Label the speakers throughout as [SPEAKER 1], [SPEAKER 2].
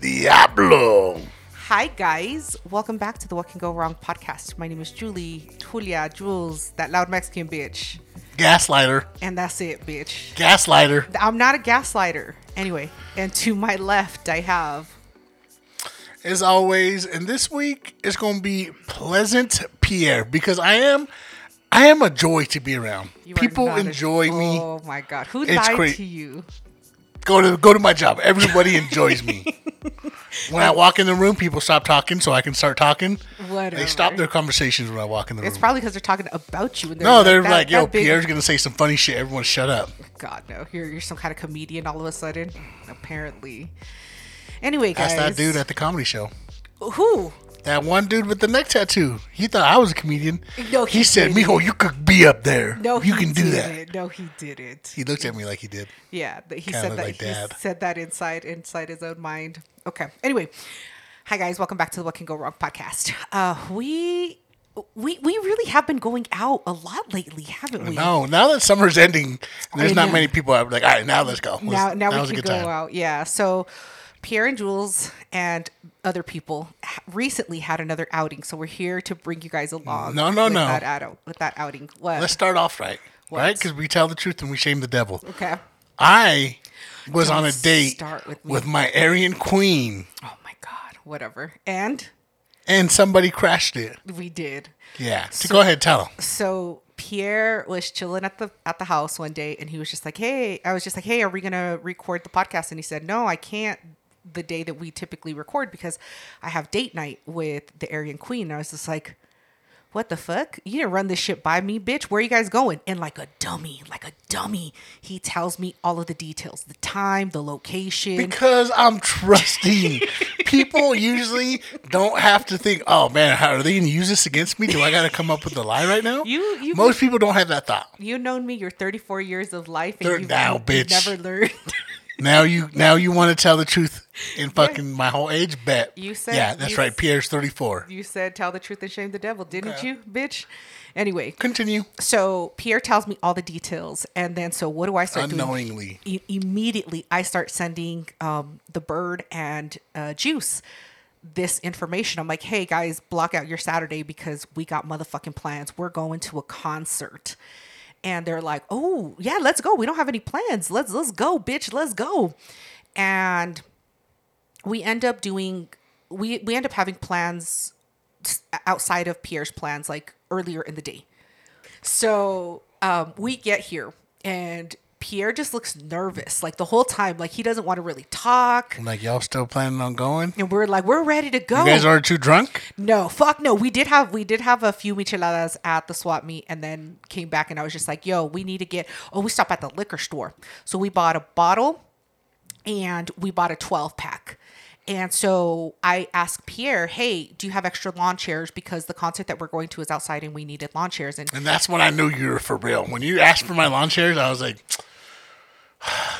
[SPEAKER 1] Diablo.
[SPEAKER 2] Hi, guys. Welcome back to the What Can Go Wrong podcast. My name is Julie, Julia, Jules, that loud Mexican bitch.
[SPEAKER 1] Gaslighter.
[SPEAKER 2] And that's it, bitch.
[SPEAKER 1] Gaslighter.
[SPEAKER 2] I'm not a gaslighter. Anyway, and to my left, I have.
[SPEAKER 1] As always, and this week it's going to be Pleasant Pierre because I am I am a joy to be around.
[SPEAKER 2] you are
[SPEAKER 1] People
[SPEAKER 2] not a-
[SPEAKER 1] enjoy me.
[SPEAKER 2] Oh, my God. Who
[SPEAKER 1] It's
[SPEAKER 2] lied
[SPEAKER 1] great.
[SPEAKER 2] to you?
[SPEAKER 1] Go to go to my job. Everybody enjoys me. When I walk in the room, people stop talking so I can start talking.
[SPEAKER 2] Whatever.
[SPEAKER 1] They stop their conversations when I walk in the
[SPEAKER 2] It's
[SPEAKER 1] room.
[SPEAKER 2] probably because they're talking about you. And
[SPEAKER 1] No, they're
[SPEAKER 2] "That-
[SPEAKER 1] like,
[SPEAKER 2] that
[SPEAKER 1] yo,
[SPEAKER 2] big-
[SPEAKER 1] Pierre's going to say some funny shit. Everyone shut up.
[SPEAKER 2] God, no. You're, you're some kind of comedian all of a sudden, apparently. Anyway, guys.
[SPEAKER 1] That's that dude at the comedy show.
[SPEAKER 2] Who?
[SPEAKER 1] That one dude with the neck tattoo. He thought I was a comedian.
[SPEAKER 2] No,
[SPEAKER 1] he,
[SPEAKER 2] he
[SPEAKER 1] said,
[SPEAKER 2] didn't.
[SPEAKER 1] "Mijo, you could be up there.
[SPEAKER 2] No,
[SPEAKER 1] you
[SPEAKER 2] he
[SPEAKER 1] can do that."
[SPEAKER 2] didn't. No, he didn't.
[SPEAKER 1] He looked at me like he did.
[SPEAKER 2] Yeah, that he
[SPEAKER 1] Kinda
[SPEAKER 2] said that
[SPEAKER 1] like
[SPEAKER 2] he
[SPEAKER 1] dad.
[SPEAKER 2] said that inside inside his own mind. Okay. Anyway, hi guys, welcome back to the What Can Go Wrong podcast. Uh, we we we really have been going out a lot lately, haven't we?
[SPEAKER 1] No, now that summer's ending, there's
[SPEAKER 2] I
[SPEAKER 1] not
[SPEAKER 2] know.
[SPEAKER 1] many people. I'm like, all right, now let's go. Let's-
[SPEAKER 2] now now
[SPEAKER 1] now's
[SPEAKER 2] we can go out. Yeah. So Pierre and Jules and other people h- recently had another outing, so we're here to bring you guys along.
[SPEAKER 1] No, no,
[SPEAKER 2] with
[SPEAKER 1] no.
[SPEAKER 2] That out, with that outing. What?
[SPEAKER 1] Let's start off right,
[SPEAKER 2] What?
[SPEAKER 1] right? Because we tell the truth and we shame the devil.
[SPEAKER 2] okay.
[SPEAKER 1] I was
[SPEAKER 2] Don't
[SPEAKER 1] on a date
[SPEAKER 2] start with me.
[SPEAKER 1] with my Aryan queen,
[SPEAKER 2] Oh my God. Whatever. And
[SPEAKER 1] and somebody crashed it.
[SPEAKER 2] we did.
[SPEAKER 1] Yeah, so, go ahead, tell him.
[SPEAKER 2] so Pierre was chilling at the at the house one day and he was just like, "Hey, I was just like, "Hey, are we going to record the podcast?" And he said, "No, I can't the day that we typically record because I have date night with the Aryan Queen." And I was just like, what the fuck? You didn't run this shit by me, bitch. Where are you guys going? And like a dummy, like a dummy, he tells me all of the details the time, the location.
[SPEAKER 1] Because I'm trusting. People usually don't have to think, oh man, how are they going to use this against me? Do I got to come up with a lie right now?
[SPEAKER 2] You- you-
[SPEAKER 1] Most people don't have that thought.
[SPEAKER 2] you known me your 34 years of life and
[SPEAKER 1] They're
[SPEAKER 2] you've,
[SPEAKER 1] now,
[SPEAKER 2] you've
[SPEAKER 1] bitch.
[SPEAKER 2] never learned.
[SPEAKER 1] Now you now you want to tell the truth in fucking my whole age bet.
[SPEAKER 2] You said-
[SPEAKER 1] Yeah, that's
[SPEAKER 2] you
[SPEAKER 1] right.
[SPEAKER 2] s-
[SPEAKER 1] Pierre's 34.
[SPEAKER 2] you said tell the truth and shame the devil, didn't you, bitch? Anyway,
[SPEAKER 1] Continue
[SPEAKER 2] so Pierre tells me all the details, and then so what do I start doing?
[SPEAKER 1] unknowingly.
[SPEAKER 2] I- immediately, I start sending um, the bird and uh, juice this information. I'm like, hey guys, block out your Saturday because we got motherfucking plans. We're going to a concert. And they're like, oh yeah, let's go. We don't have any plans. Let's let's go, bitch. Let's go. And we end up doing we we end up having plans s- outside of Pierre's plans like earlier in the day. So um, we get here and Pierre just looks nervous like the whole time like he doesn't want to really talk
[SPEAKER 1] I'm like, y'all still planning on going?
[SPEAKER 2] and we're like we're ready to go.
[SPEAKER 1] You guys are too drunk?
[SPEAKER 2] No, fuck no. We did have we did have a few micheladas at the swap meet and then came back and I was just like, yo, we need to get oh, we stopped at the liquor store. So we bought a bottle and we bought a 12 pack. And so I asked Pierre, hey, do you have extra lawn chairs? Because the concert that we're going to is outside and we needed lawn chairs. And
[SPEAKER 1] And that's when I knew you were for real. When you asked for my lawn chairs, I was like,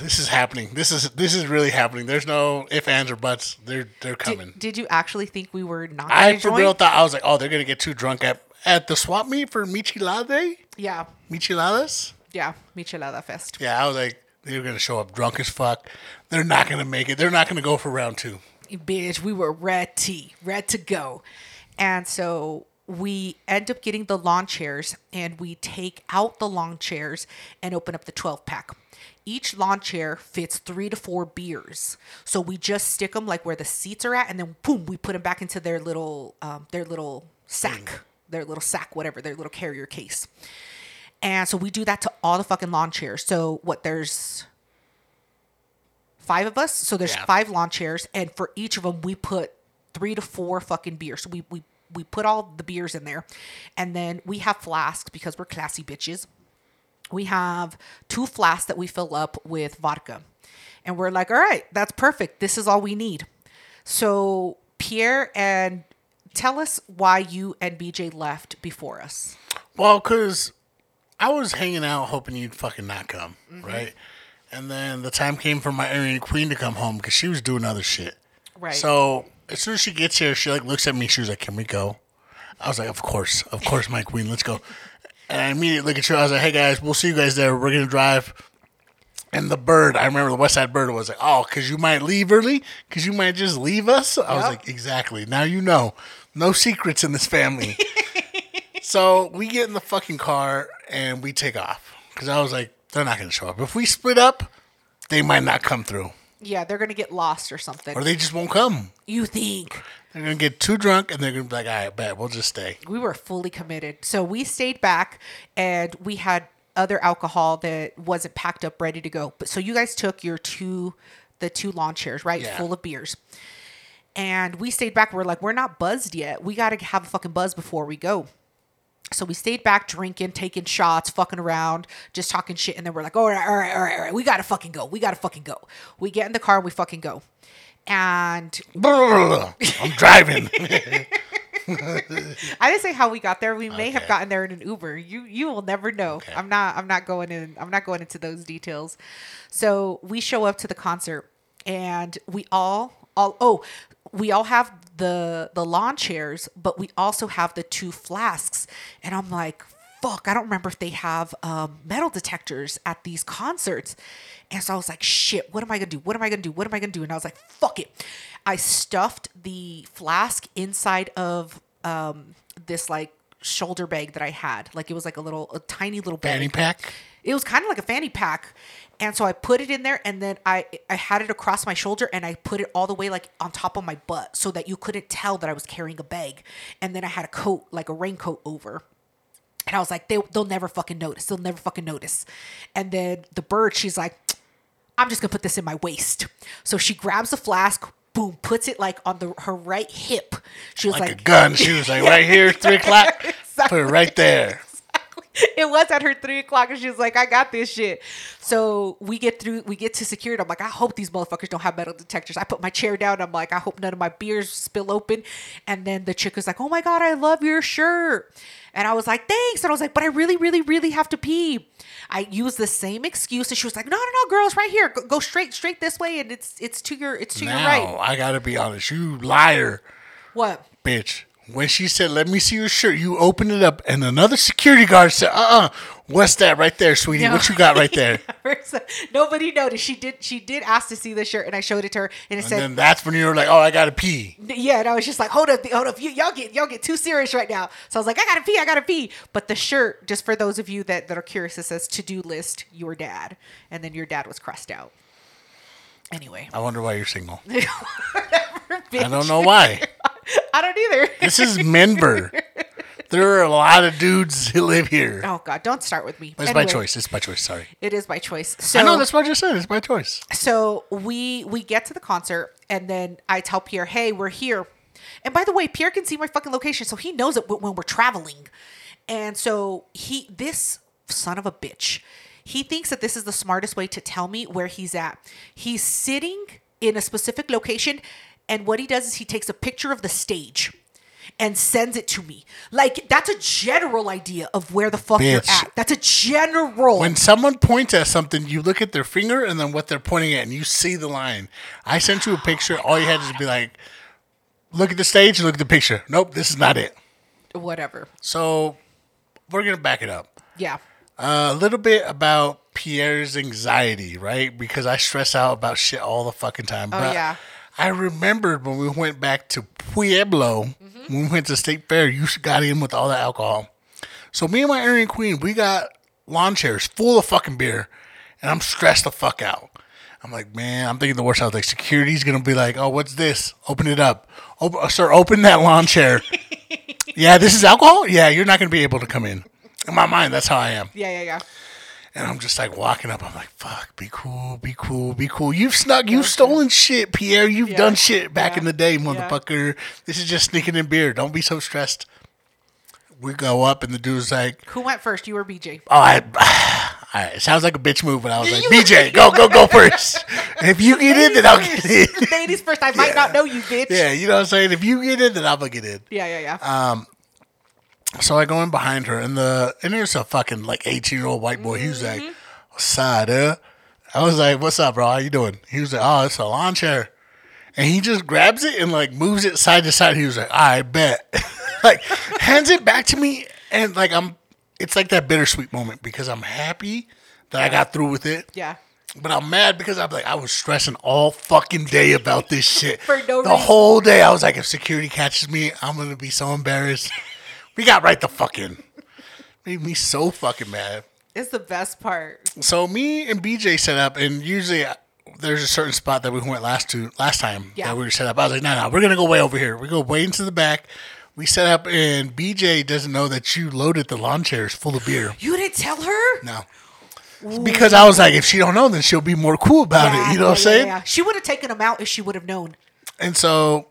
[SPEAKER 1] this is happening. This is this is really happening. There's no if, ands, or buts. They're they're coming.
[SPEAKER 2] did, did you actually think we were not
[SPEAKER 1] I
[SPEAKER 2] gonna
[SPEAKER 1] for
[SPEAKER 2] join?
[SPEAKER 1] real thought I was like, oh, they're gonna get too drunk at at the swap meet for Michilade?
[SPEAKER 2] Yeah.
[SPEAKER 1] Michiladas?
[SPEAKER 2] Yeah. Michelada Fest.
[SPEAKER 1] Yeah, I was like, they're gonna show up drunk as fuck. They're not gonna make it. They're not gonna go for round two.
[SPEAKER 2] bitch, we were ready, ready to go. And so we end up getting the lawn chairs and we take out the lawn chairs and open up the 12 pack. Each lawn chair fits three to four beers. So we just stick them like where the seats are at and then boom, we put them back into their little, um, their little sack, their little sack, whatever, their little carrier case. And so we do that to all the fucking lawn chairs. So what there's five of us. So there's
[SPEAKER 1] Yeah.
[SPEAKER 2] five lawn chairs, and for each of them we put three to four fucking beers. So we we we put all the beers in there, and then we have flasks because we're classy bitches. We have two flasks that we fill up with vodka, and we're like, all right, that's perfect. This is all we need. So Pierre and tell us why you and BJ left before us.
[SPEAKER 1] Well, because I was hanging out hoping you'd fucking not come, right? And then the time came for my Aryan Queen to come home because she was doing other shit.
[SPEAKER 2] Right.
[SPEAKER 1] So as soon as she gets here, she like looks at me. She was like, "Can we go?" I was like, "Of course, of course, my queen, let's go." And I immediately look at you. I was like, "Hey guys, we'll see you guys there. We're gonna drive." And the bird, I remember the West Side Bird was like, "Oh, because you might leave early, because you might just leave us." I was
[SPEAKER 2] Yep.
[SPEAKER 1] like, "Exactly." Now you know, no secrets in this family. so we get in the fucking car and we take off because I was like, "They're not going to show up. If we split up, they might not come through,
[SPEAKER 2] Yeah, they're gonna get lost or something.
[SPEAKER 1] or they just won't come.
[SPEAKER 2] you think
[SPEAKER 1] They're going to get too drunk, and they're going to be like, "All right, bet we'll just stay."
[SPEAKER 2] we were fully committed. So we stayed back and we had other alcohol that wasn't packed up ready to go. But so you guys took your two the two lawn chairs, right?
[SPEAKER 1] Yeah.
[SPEAKER 2] Full of beers. And we stayed back. We're like, we're not buzzed yet. We gotta have a fucking buzz before we go. So we stayed back drinking, taking shots, fucking around, just talking shit. And then we're like, all right, all right, all right, all right. We gotta fucking go. We gotta fucking go. We get in the car and we fucking go. And
[SPEAKER 1] I'm driving.
[SPEAKER 2] I didn't say how we got there. We may have
[SPEAKER 1] Okay.
[SPEAKER 2] gotten there in an Uber. You you will never know. I'm not I'm not going in I'm not going into those details. So we show up to the concert and we all all oh we all have the the lawn chairs, but we also have the two flasks. And I'm like, fuck, I don't remember if they have um, metal detectors at these concerts. And so I was like, shit, what am I gonna do? What am I gonna do? What am I gonna do? And I was like, fuck it. I stuffed the flask inside of um, this like shoulder bag that I had. Like it was like a little, a tiny little bag.
[SPEAKER 1] Fanny pack.
[SPEAKER 2] It was kind of like a fanny pack. And so I put it in there and then I I had it across my shoulder and I put it all the way like on top of my butt so that you couldn't tell that I was carrying a bag. And then I had a coat, like a raincoat over. And I was like, they, they'll never fucking notice. They'll never fucking notice. And then the bird, she's like, I'm just gonna put this in my waist. So she grabs the flask, boom, puts it like on the her right hip. She was
[SPEAKER 1] Like,
[SPEAKER 2] like,
[SPEAKER 1] a gun. She was like, right here, three o'clock. Put it right there.
[SPEAKER 2] it was at her three o'clock and she was like, I got this shit. So we get through, we get to security. I'm like, I hope these motherfuckers don't have metal detectors. I put my chair down. I'm like, I hope none of my beers spill open. And then the chick was like, Oh my God, I love your shirt. And I was like, Thanks. And I was like, But I really, really, really have to pee. I used the same excuse. And she was like, No, no, no, girls, right here. Go, go straight, straight this way. And it's, it's to your, it's to your
[SPEAKER 1] Now,
[SPEAKER 2] right.
[SPEAKER 1] I gotta be honest. You liar,
[SPEAKER 2] What?
[SPEAKER 1] bitch. When she said, "Let me see your shirt," you opened it up, and another security guard said, "Uh, uh what's that right there, sweetie?
[SPEAKER 2] No.
[SPEAKER 1] What you got right there?"
[SPEAKER 2] First, Nobody noticed. She did, she did ask to see the shirt and I showed it to her and it
[SPEAKER 1] And
[SPEAKER 2] said,
[SPEAKER 1] then that's when you were like, "Oh, I gotta pee."
[SPEAKER 2] Yeah, and I was just like, hold up, hold up, you, y'all get y'all get too serious right now. So I was like, I gotta pee, I gotta pee. But the shirt, just for those of you that, that are curious, it says to do list your dad, and then your dad was crossed out. Anyway,
[SPEAKER 1] I wonder why you're single.
[SPEAKER 2] I
[SPEAKER 1] I don't know why.
[SPEAKER 2] I don't either.
[SPEAKER 1] This is Menber. There are a lot of dudes who live here.
[SPEAKER 2] Oh God, don't start with me.
[SPEAKER 1] It's my
[SPEAKER 2] Anyway,
[SPEAKER 1] choice. It's my choice. Sorry.
[SPEAKER 2] It is my choice. So
[SPEAKER 1] I know that's what I just said. It's my choice.
[SPEAKER 2] so we we get to the concert and then i tell pierre hey we're here and by the way pierre can see my fucking location so he knows it wh- when we're traveling and so he this son of a bitch he thinks that this is the smartest way to tell me where he's at he's sitting in a specific location and what he does is he takes a picture of the stage and sends it to me like that's a general idea of where the fuck you're
[SPEAKER 1] Bitch.
[SPEAKER 2] at that's a general
[SPEAKER 1] When someone points at something, you look at their finger and then what they're pointing at, and you see the line. I sent you a picture. All you had to be like, look at the stage, look at the picture. Nope, this is not it.
[SPEAKER 2] whatever
[SPEAKER 1] So we're gonna back it up
[SPEAKER 2] yeah
[SPEAKER 1] a little bit about Pierre's anxiety, right? Because I stress out about shit all the fucking time. Oh
[SPEAKER 2] yeah.
[SPEAKER 1] I remembered when we went back to Pueblo, when we went to State Fair, you got in with all the alcohol. So me and my Aryan Queen, we got lawn chairs full of fucking beer, and I'm stressed the fuck out. I'm like, man, I'm thinking the worst. I was like, security's gonna be like, oh, what's this? Open it up. Open, sir, open that lawn chair. yeah, this is alcohol. Yeah, you're not gonna be able to come in. In my mind, that's how I am.
[SPEAKER 2] yeah yeah yeah
[SPEAKER 1] And I'm just like walking up. I'm like, fuck, be cool, be cool, be cool. You've snuck, you've stolen shit, Pierre. You've done shit back
[SPEAKER 2] Yeah.
[SPEAKER 1] in the day, motherfucker. This is just sneaking in beer. Don't be so stressed. We go up, and the dude's like,
[SPEAKER 2] who went first you or bj
[SPEAKER 1] oh, I, all right, it sounds like a bitch move. And I was like, BJ, go, go, go first. if you get in, then I'll get in.
[SPEAKER 2] Ladies first. I might not know you, bitch.
[SPEAKER 1] yeah, Uh, you know what I'm saying? If you get in, then I'll get in.
[SPEAKER 2] yeah, yeah. yeah.
[SPEAKER 1] So I go in behind her, and the and there's a fucking like 18 year old white boy. He was like, "What's up, dude?" I was like, "What's up, bro? How you doing?" He was like, "Oh, it's a lawn chair," and he just grabs it and like moves it side to side. He was like, "I bet," like hands it back to me, and like I'm, it's like that bittersweet moment because I'm happy that I got through with it,
[SPEAKER 2] yeah.
[SPEAKER 1] But I'm mad because I'm like I was stressing all fucking day about this shit.
[SPEAKER 2] For no
[SPEAKER 1] the
[SPEAKER 2] reason.
[SPEAKER 1] whole day I was like, if security catches me, I'm gonna be so embarrassed. we got right the fucking made me so fucking mad.
[SPEAKER 2] It's the best part.
[SPEAKER 1] So me and BJ set up, and usually uh, there's a certain spot that we went last to last time
[SPEAKER 2] Yeah.
[SPEAKER 1] that we were set up. I was like, no, no, we're gonna go way over here. We go way into the back. We set up, and BJ doesn't know that you loaded the lawn chairs full of beer.
[SPEAKER 2] You didn't tell her?
[SPEAKER 1] No. Because I was like, if she don't know, then she'll be more cool about it. You know what I'm saying?
[SPEAKER 2] She would have taken them out if she would have known.
[SPEAKER 1] And so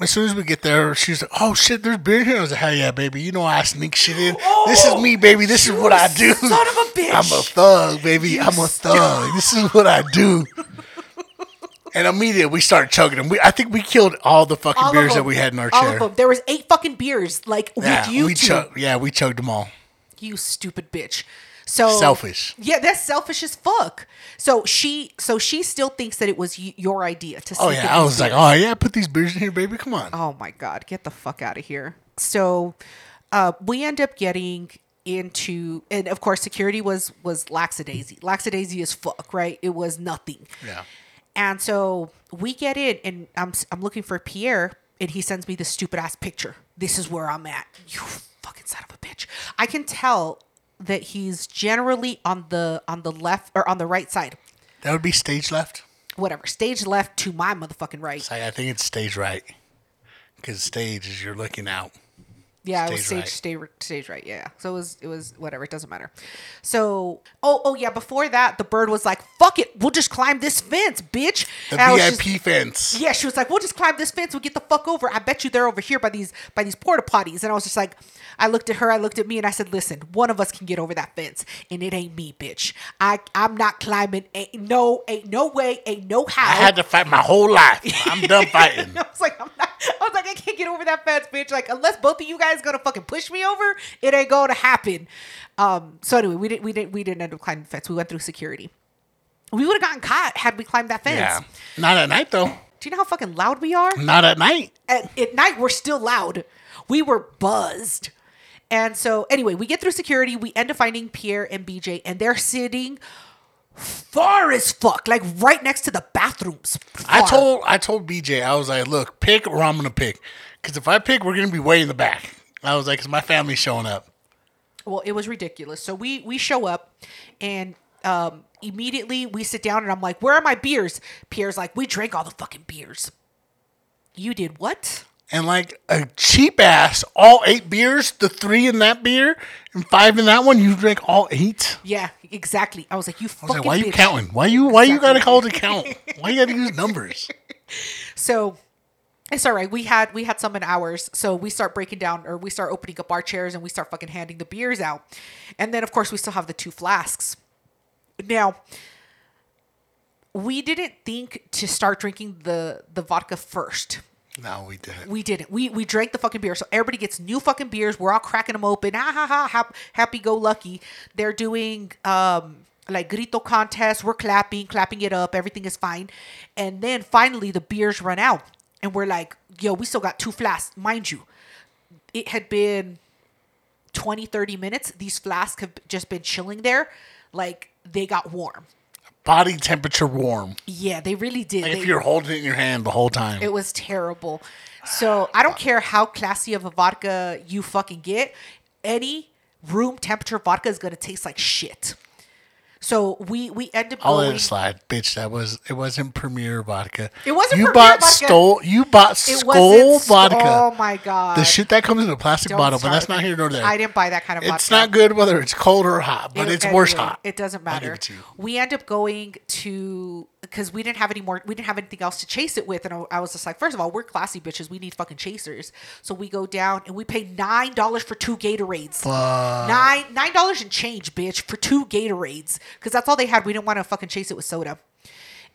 [SPEAKER 1] as soon as we get there, she's like, "Oh shit, there's beer here." I was like, "Hell yeah, baby! You know I sneak shit in. this is me, baby. This is what I do.
[SPEAKER 2] son of a bitch.
[SPEAKER 1] I'm a thug, baby. I'm a thug. this is what I do." And immediately we started chugging them. We, I think we killed all the fucking
[SPEAKER 2] All of
[SPEAKER 1] beers that
[SPEAKER 2] them.
[SPEAKER 1] we had in our
[SPEAKER 2] All
[SPEAKER 1] chair.
[SPEAKER 2] of them. There was eight fucking beers, like
[SPEAKER 1] Yeah,
[SPEAKER 2] with you
[SPEAKER 1] we
[SPEAKER 2] two.
[SPEAKER 1] chug- yeah, we chugged them all.
[SPEAKER 2] you stupid bitch. So
[SPEAKER 1] Selfish.
[SPEAKER 2] Yeah, that's selfish as fuck. So she, so she still thinks that it was y- your idea to.
[SPEAKER 1] Oh
[SPEAKER 2] sneak in
[SPEAKER 1] yeah, I
[SPEAKER 2] these
[SPEAKER 1] was like,
[SPEAKER 2] beers.
[SPEAKER 1] "Oh yeah, put these beers in here, baby. Come on."
[SPEAKER 2] Oh my God, get the fuck out of here. So uh, we end up getting into and of course security was was lackadaisy. Lackadaisy as fuck, right? It was nothing.
[SPEAKER 1] Yeah.
[SPEAKER 2] And so we get in and I'm I'm looking for Pierre and he sends me this stupid ass picture. This is where I'm at. You fucking son of a bitch. I can tell that he's generally on the on the left or on the right side.
[SPEAKER 1] That would be stage left.
[SPEAKER 2] Whatever. Stage left to my motherfucking right.
[SPEAKER 1] It's like, I think it's stage right, because stage is you're looking out.
[SPEAKER 2] Yeah, it was
[SPEAKER 1] Stage
[SPEAKER 2] stage stage stage right. Yeah. So it was it was whatever, it doesn't matter. So oh oh yeah, before that the bird was like, "Fuck it, we'll just climb this fence, bitch."
[SPEAKER 1] The
[SPEAKER 2] And I was
[SPEAKER 1] VIP
[SPEAKER 2] just-
[SPEAKER 1] fence.
[SPEAKER 2] yeah, she was like, "We'll just climb this fence. We'll get the fuck over. I bet you they're over here by these by these porta potties." And I was just like, I looked at her, I looked at me, and I said, "Listen, one of us can get over that fence, and it ain't me, bitch. I I'm not climbing. Ain't no ain't no way. Ain't no how."
[SPEAKER 1] I had to fight my whole life. I'm done fighting.
[SPEAKER 2] I was like, I'm not. I was like, I can't get over that fence, bitch. Like, unless both of you guys gonna fucking push me over, it ain't gonna happen. Um. So anyway, we didn't. We didn't. We didn't end up climbing the fence. We went through security. We would have gotten caught had we climbed that fence.
[SPEAKER 1] Yeah. Not at night though.
[SPEAKER 2] Do you know how fucking loud we are?
[SPEAKER 1] Not at night.
[SPEAKER 2] at, at night we're still loud. We were buzzed. And so anyway, we get through security, we end up finding Pierre and BJ, and they're sitting far as fuck, like right next to the bathrooms.
[SPEAKER 1] I
[SPEAKER 2] Far.
[SPEAKER 1] told I told BJ I was like, look, pick or I'm gonna pick, because if I pick, we're gonna be way in the back. I was like, 'Cause my family's showing up.
[SPEAKER 2] well it was ridiculous so we we show up and um immediately we sit down and i'm like where are my beers pierre's like we drank all the fucking beers you did what
[SPEAKER 1] And like a cheap ass, all eight beers, the three in that beer and five in that one, you drink all eight.
[SPEAKER 2] yeah exactly i was like you
[SPEAKER 1] I
[SPEAKER 2] fucking
[SPEAKER 1] was like, why you
[SPEAKER 2] bitch."
[SPEAKER 1] counting? Why you why you gotta
[SPEAKER 2] Exactly.
[SPEAKER 1] call it a count? Why you gotta use numbers?
[SPEAKER 2] so it's all right we had we had some in ours so we start breaking down or we start opening up our chairs and we start fucking handing the beers out and then of course we still have the two flasks now we didn't think to start drinking the the vodka first
[SPEAKER 1] No, we didn't.
[SPEAKER 2] We didn't. We we drank the fucking beer. So everybody gets new fucking beers. We're all cracking them open. Ah ha ha. Hap, happy go lucky. They're doing um like grito contest. We're clapping, clapping it up. Everything is fine. And then finally the beers run out, and we're like, yo, we still got two flasks, mind you. It had been 20, 30 minutes. These flasks have just been chilling there, like they got warm.
[SPEAKER 1] Body temperature warm.
[SPEAKER 2] Yeah, they really did.
[SPEAKER 1] Like if
[SPEAKER 2] They-
[SPEAKER 1] you're holding it in your hand the whole time.
[SPEAKER 2] It was terrible. So I don't care how classy of a vodka you fucking get, any room temperature vodka is gonna taste like shit. So we we end up
[SPEAKER 1] I'll let
[SPEAKER 2] going.
[SPEAKER 1] it slide, bitch. That was it. Wasn't Premier vodka.
[SPEAKER 2] It wasn't
[SPEAKER 1] You
[SPEAKER 2] Premier
[SPEAKER 1] bought
[SPEAKER 2] vodka.
[SPEAKER 1] Stole, you bought
[SPEAKER 2] It
[SPEAKER 1] Skull
[SPEAKER 2] wasn't st-
[SPEAKER 1] vodka.
[SPEAKER 2] Oh my god!
[SPEAKER 1] the shit that comes in a plastic
[SPEAKER 2] Don't
[SPEAKER 1] bottle, but
[SPEAKER 2] start
[SPEAKER 1] that's
[SPEAKER 2] with
[SPEAKER 1] not
[SPEAKER 2] that.
[SPEAKER 1] here nor there.
[SPEAKER 2] I didn't buy that kind of vodka.
[SPEAKER 1] it's not good whether it's cold or hot, but
[SPEAKER 2] It-
[SPEAKER 1] it's
[SPEAKER 2] it-
[SPEAKER 1] worse
[SPEAKER 2] it-
[SPEAKER 1] hot.
[SPEAKER 2] It doesn't
[SPEAKER 1] I'll give
[SPEAKER 2] matter.
[SPEAKER 1] it to you.
[SPEAKER 2] We end up going to because we didn't have any more. We didn't have anything else to chase it with, and I, I was just like, first of all, we're classy bitches. We need fucking chasers. So we go down and we pay nine dollars for two Gatorades. Nine nine dollars and change, bitch, for two Gatorades because that's all they had. We didn't want to fucking chase it with soda.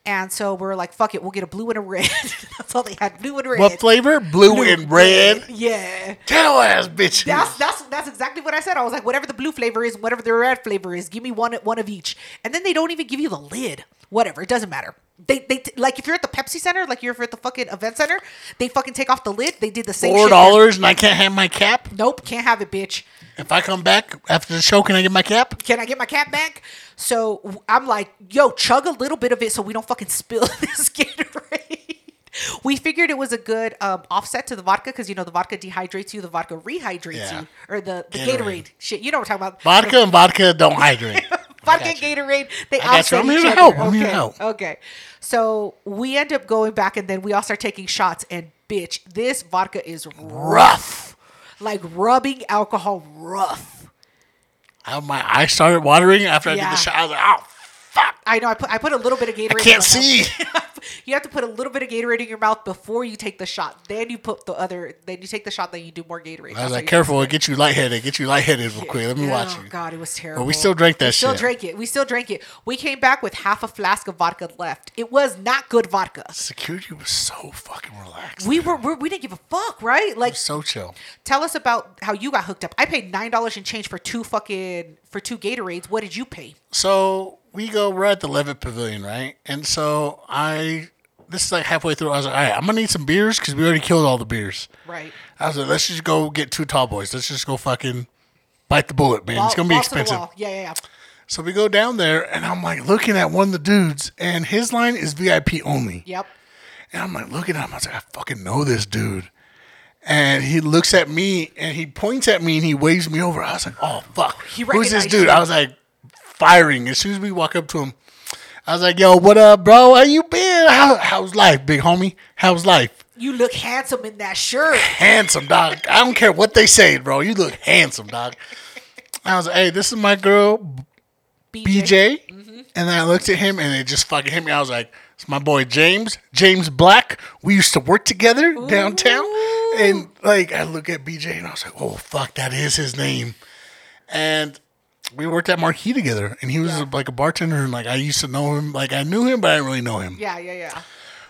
[SPEAKER 2] And so we are like, fuck it, we'll get a blue and a red. That's all they had, blue and red.
[SPEAKER 1] What flavor? Blue, and red.
[SPEAKER 2] Yeah.
[SPEAKER 1] Tell ass bitch.
[SPEAKER 2] That's that's that's exactly what I said. I was like, whatever the blue flavor is, whatever the red flavor is, give me one one of each. And then they don't even give you the lid. Whatever, it doesn't matter. They, they t- like if you're at the Pepsi Center, like you're at the fucking event center, they fucking take off the lid. They did the same.
[SPEAKER 1] Four
[SPEAKER 2] shit there.
[SPEAKER 1] dollars and I can't have my cap.
[SPEAKER 2] Nope, can't have it, bitch.
[SPEAKER 1] If I come back after the show, can I get my cap?
[SPEAKER 2] Can I get my cap back? So w- I'm like, yo, chug a little bit of it so we don't fucking spill this Gatorade. We figured it was a good um, offset to the vodka because you know the vodka dehydrates you, the vodka rehydrates
[SPEAKER 1] Yeah.
[SPEAKER 2] you, or the, the
[SPEAKER 1] Gatorade.
[SPEAKER 2] Gatorade. shit. You know what I'm talking about?
[SPEAKER 1] Vodka and vodka don't hydrate.
[SPEAKER 2] Vodka
[SPEAKER 1] got you.
[SPEAKER 2] Gatorade. They
[SPEAKER 1] got you.
[SPEAKER 2] offset
[SPEAKER 1] I'm here
[SPEAKER 2] each
[SPEAKER 1] to
[SPEAKER 2] other.
[SPEAKER 1] help.
[SPEAKER 2] Okay.
[SPEAKER 1] I'm here to help.
[SPEAKER 2] Okay. So we end up going back, and then we all start taking shots. And bitch, this vodka is rough,
[SPEAKER 1] Rough.
[SPEAKER 2] like rubbing alcohol, rough.
[SPEAKER 1] I, my eyes started watering after I did
[SPEAKER 2] Yeah.
[SPEAKER 1] the shot. I was like, oh, fuck.
[SPEAKER 2] I know. I put I put a little bit of Gatorade. in my
[SPEAKER 1] Can't
[SPEAKER 2] mouth.
[SPEAKER 1] see.
[SPEAKER 2] you have to put a little bit of Gatorade in your mouth before you take the shot. Then you put the other. Then you take the shot. Then you do more Gatorade.
[SPEAKER 1] I was
[SPEAKER 2] That's
[SPEAKER 1] like,
[SPEAKER 2] how you-
[SPEAKER 1] careful, it gets you lightheaded. Get you lightheaded real quick. Let me watch
[SPEAKER 2] Oh
[SPEAKER 1] you.
[SPEAKER 2] God, it was terrible.
[SPEAKER 1] still drank that
[SPEAKER 2] We Still
[SPEAKER 1] shit.
[SPEAKER 2] drank it. We still drank it. We came back with half a flask of vodka left. It was not good vodka.
[SPEAKER 1] Security was so fucking relaxed.
[SPEAKER 2] We were, we're we didn't give a fuck, right? Like,
[SPEAKER 1] so chill.
[SPEAKER 2] tell us about how you got hooked up. I paid nine dollars in change for two fucking for two Gatorades. What did you pay?
[SPEAKER 1] So we go, we're at the Levitt Pavilion, right? And so I, this is like halfway through. I was like, all right, I'm going to need some beers because we already killed all the beers.
[SPEAKER 2] Right.
[SPEAKER 1] I was like, let's just go get two tall boys. Let's just go fucking bite the bullet, man. it's going
[SPEAKER 2] Ball-
[SPEAKER 1] to be
[SPEAKER 2] balls the
[SPEAKER 1] expensive.
[SPEAKER 2] wall. Yeah, yeah, yeah.
[SPEAKER 1] So we go down there and I'm like looking at one of the dudes and his line is VIP only.
[SPEAKER 2] Yep.
[SPEAKER 1] And I'm like looking at him. I was like, I fucking know this dude. And he looks at me and he points at me and he waves me over. I was like, oh, fuck. Who's this
[SPEAKER 2] recognized
[SPEAKER 1] dude?
[SPEAKER 2] you.
[SPEAKER 1] I was like, firing. As soon as we walk up to him, I was like, yo, what up, bro? How you been? How, how's life, big homie? How's life?
[SPEAKER 2] You look handsome in that shirt.
[SPEAKER 1] Handsome, dog. I don't care what they say, bro. You look handsome, dog. I was like, hey, this is my girl, BJ. Mm-hmm. And then I looked at him and it just fucking hit me. I was like, it's my boy James, James Black. We used to work together downtown. And like, I look at BJ and I was like, oh, fuck, that is his name. And we worked at Marquee together. And he was like a bartender. And like, I used to know him. Like, I knew him, but I didn't really know him.
[SPEAKER 2] Yeah, yeah, yeah.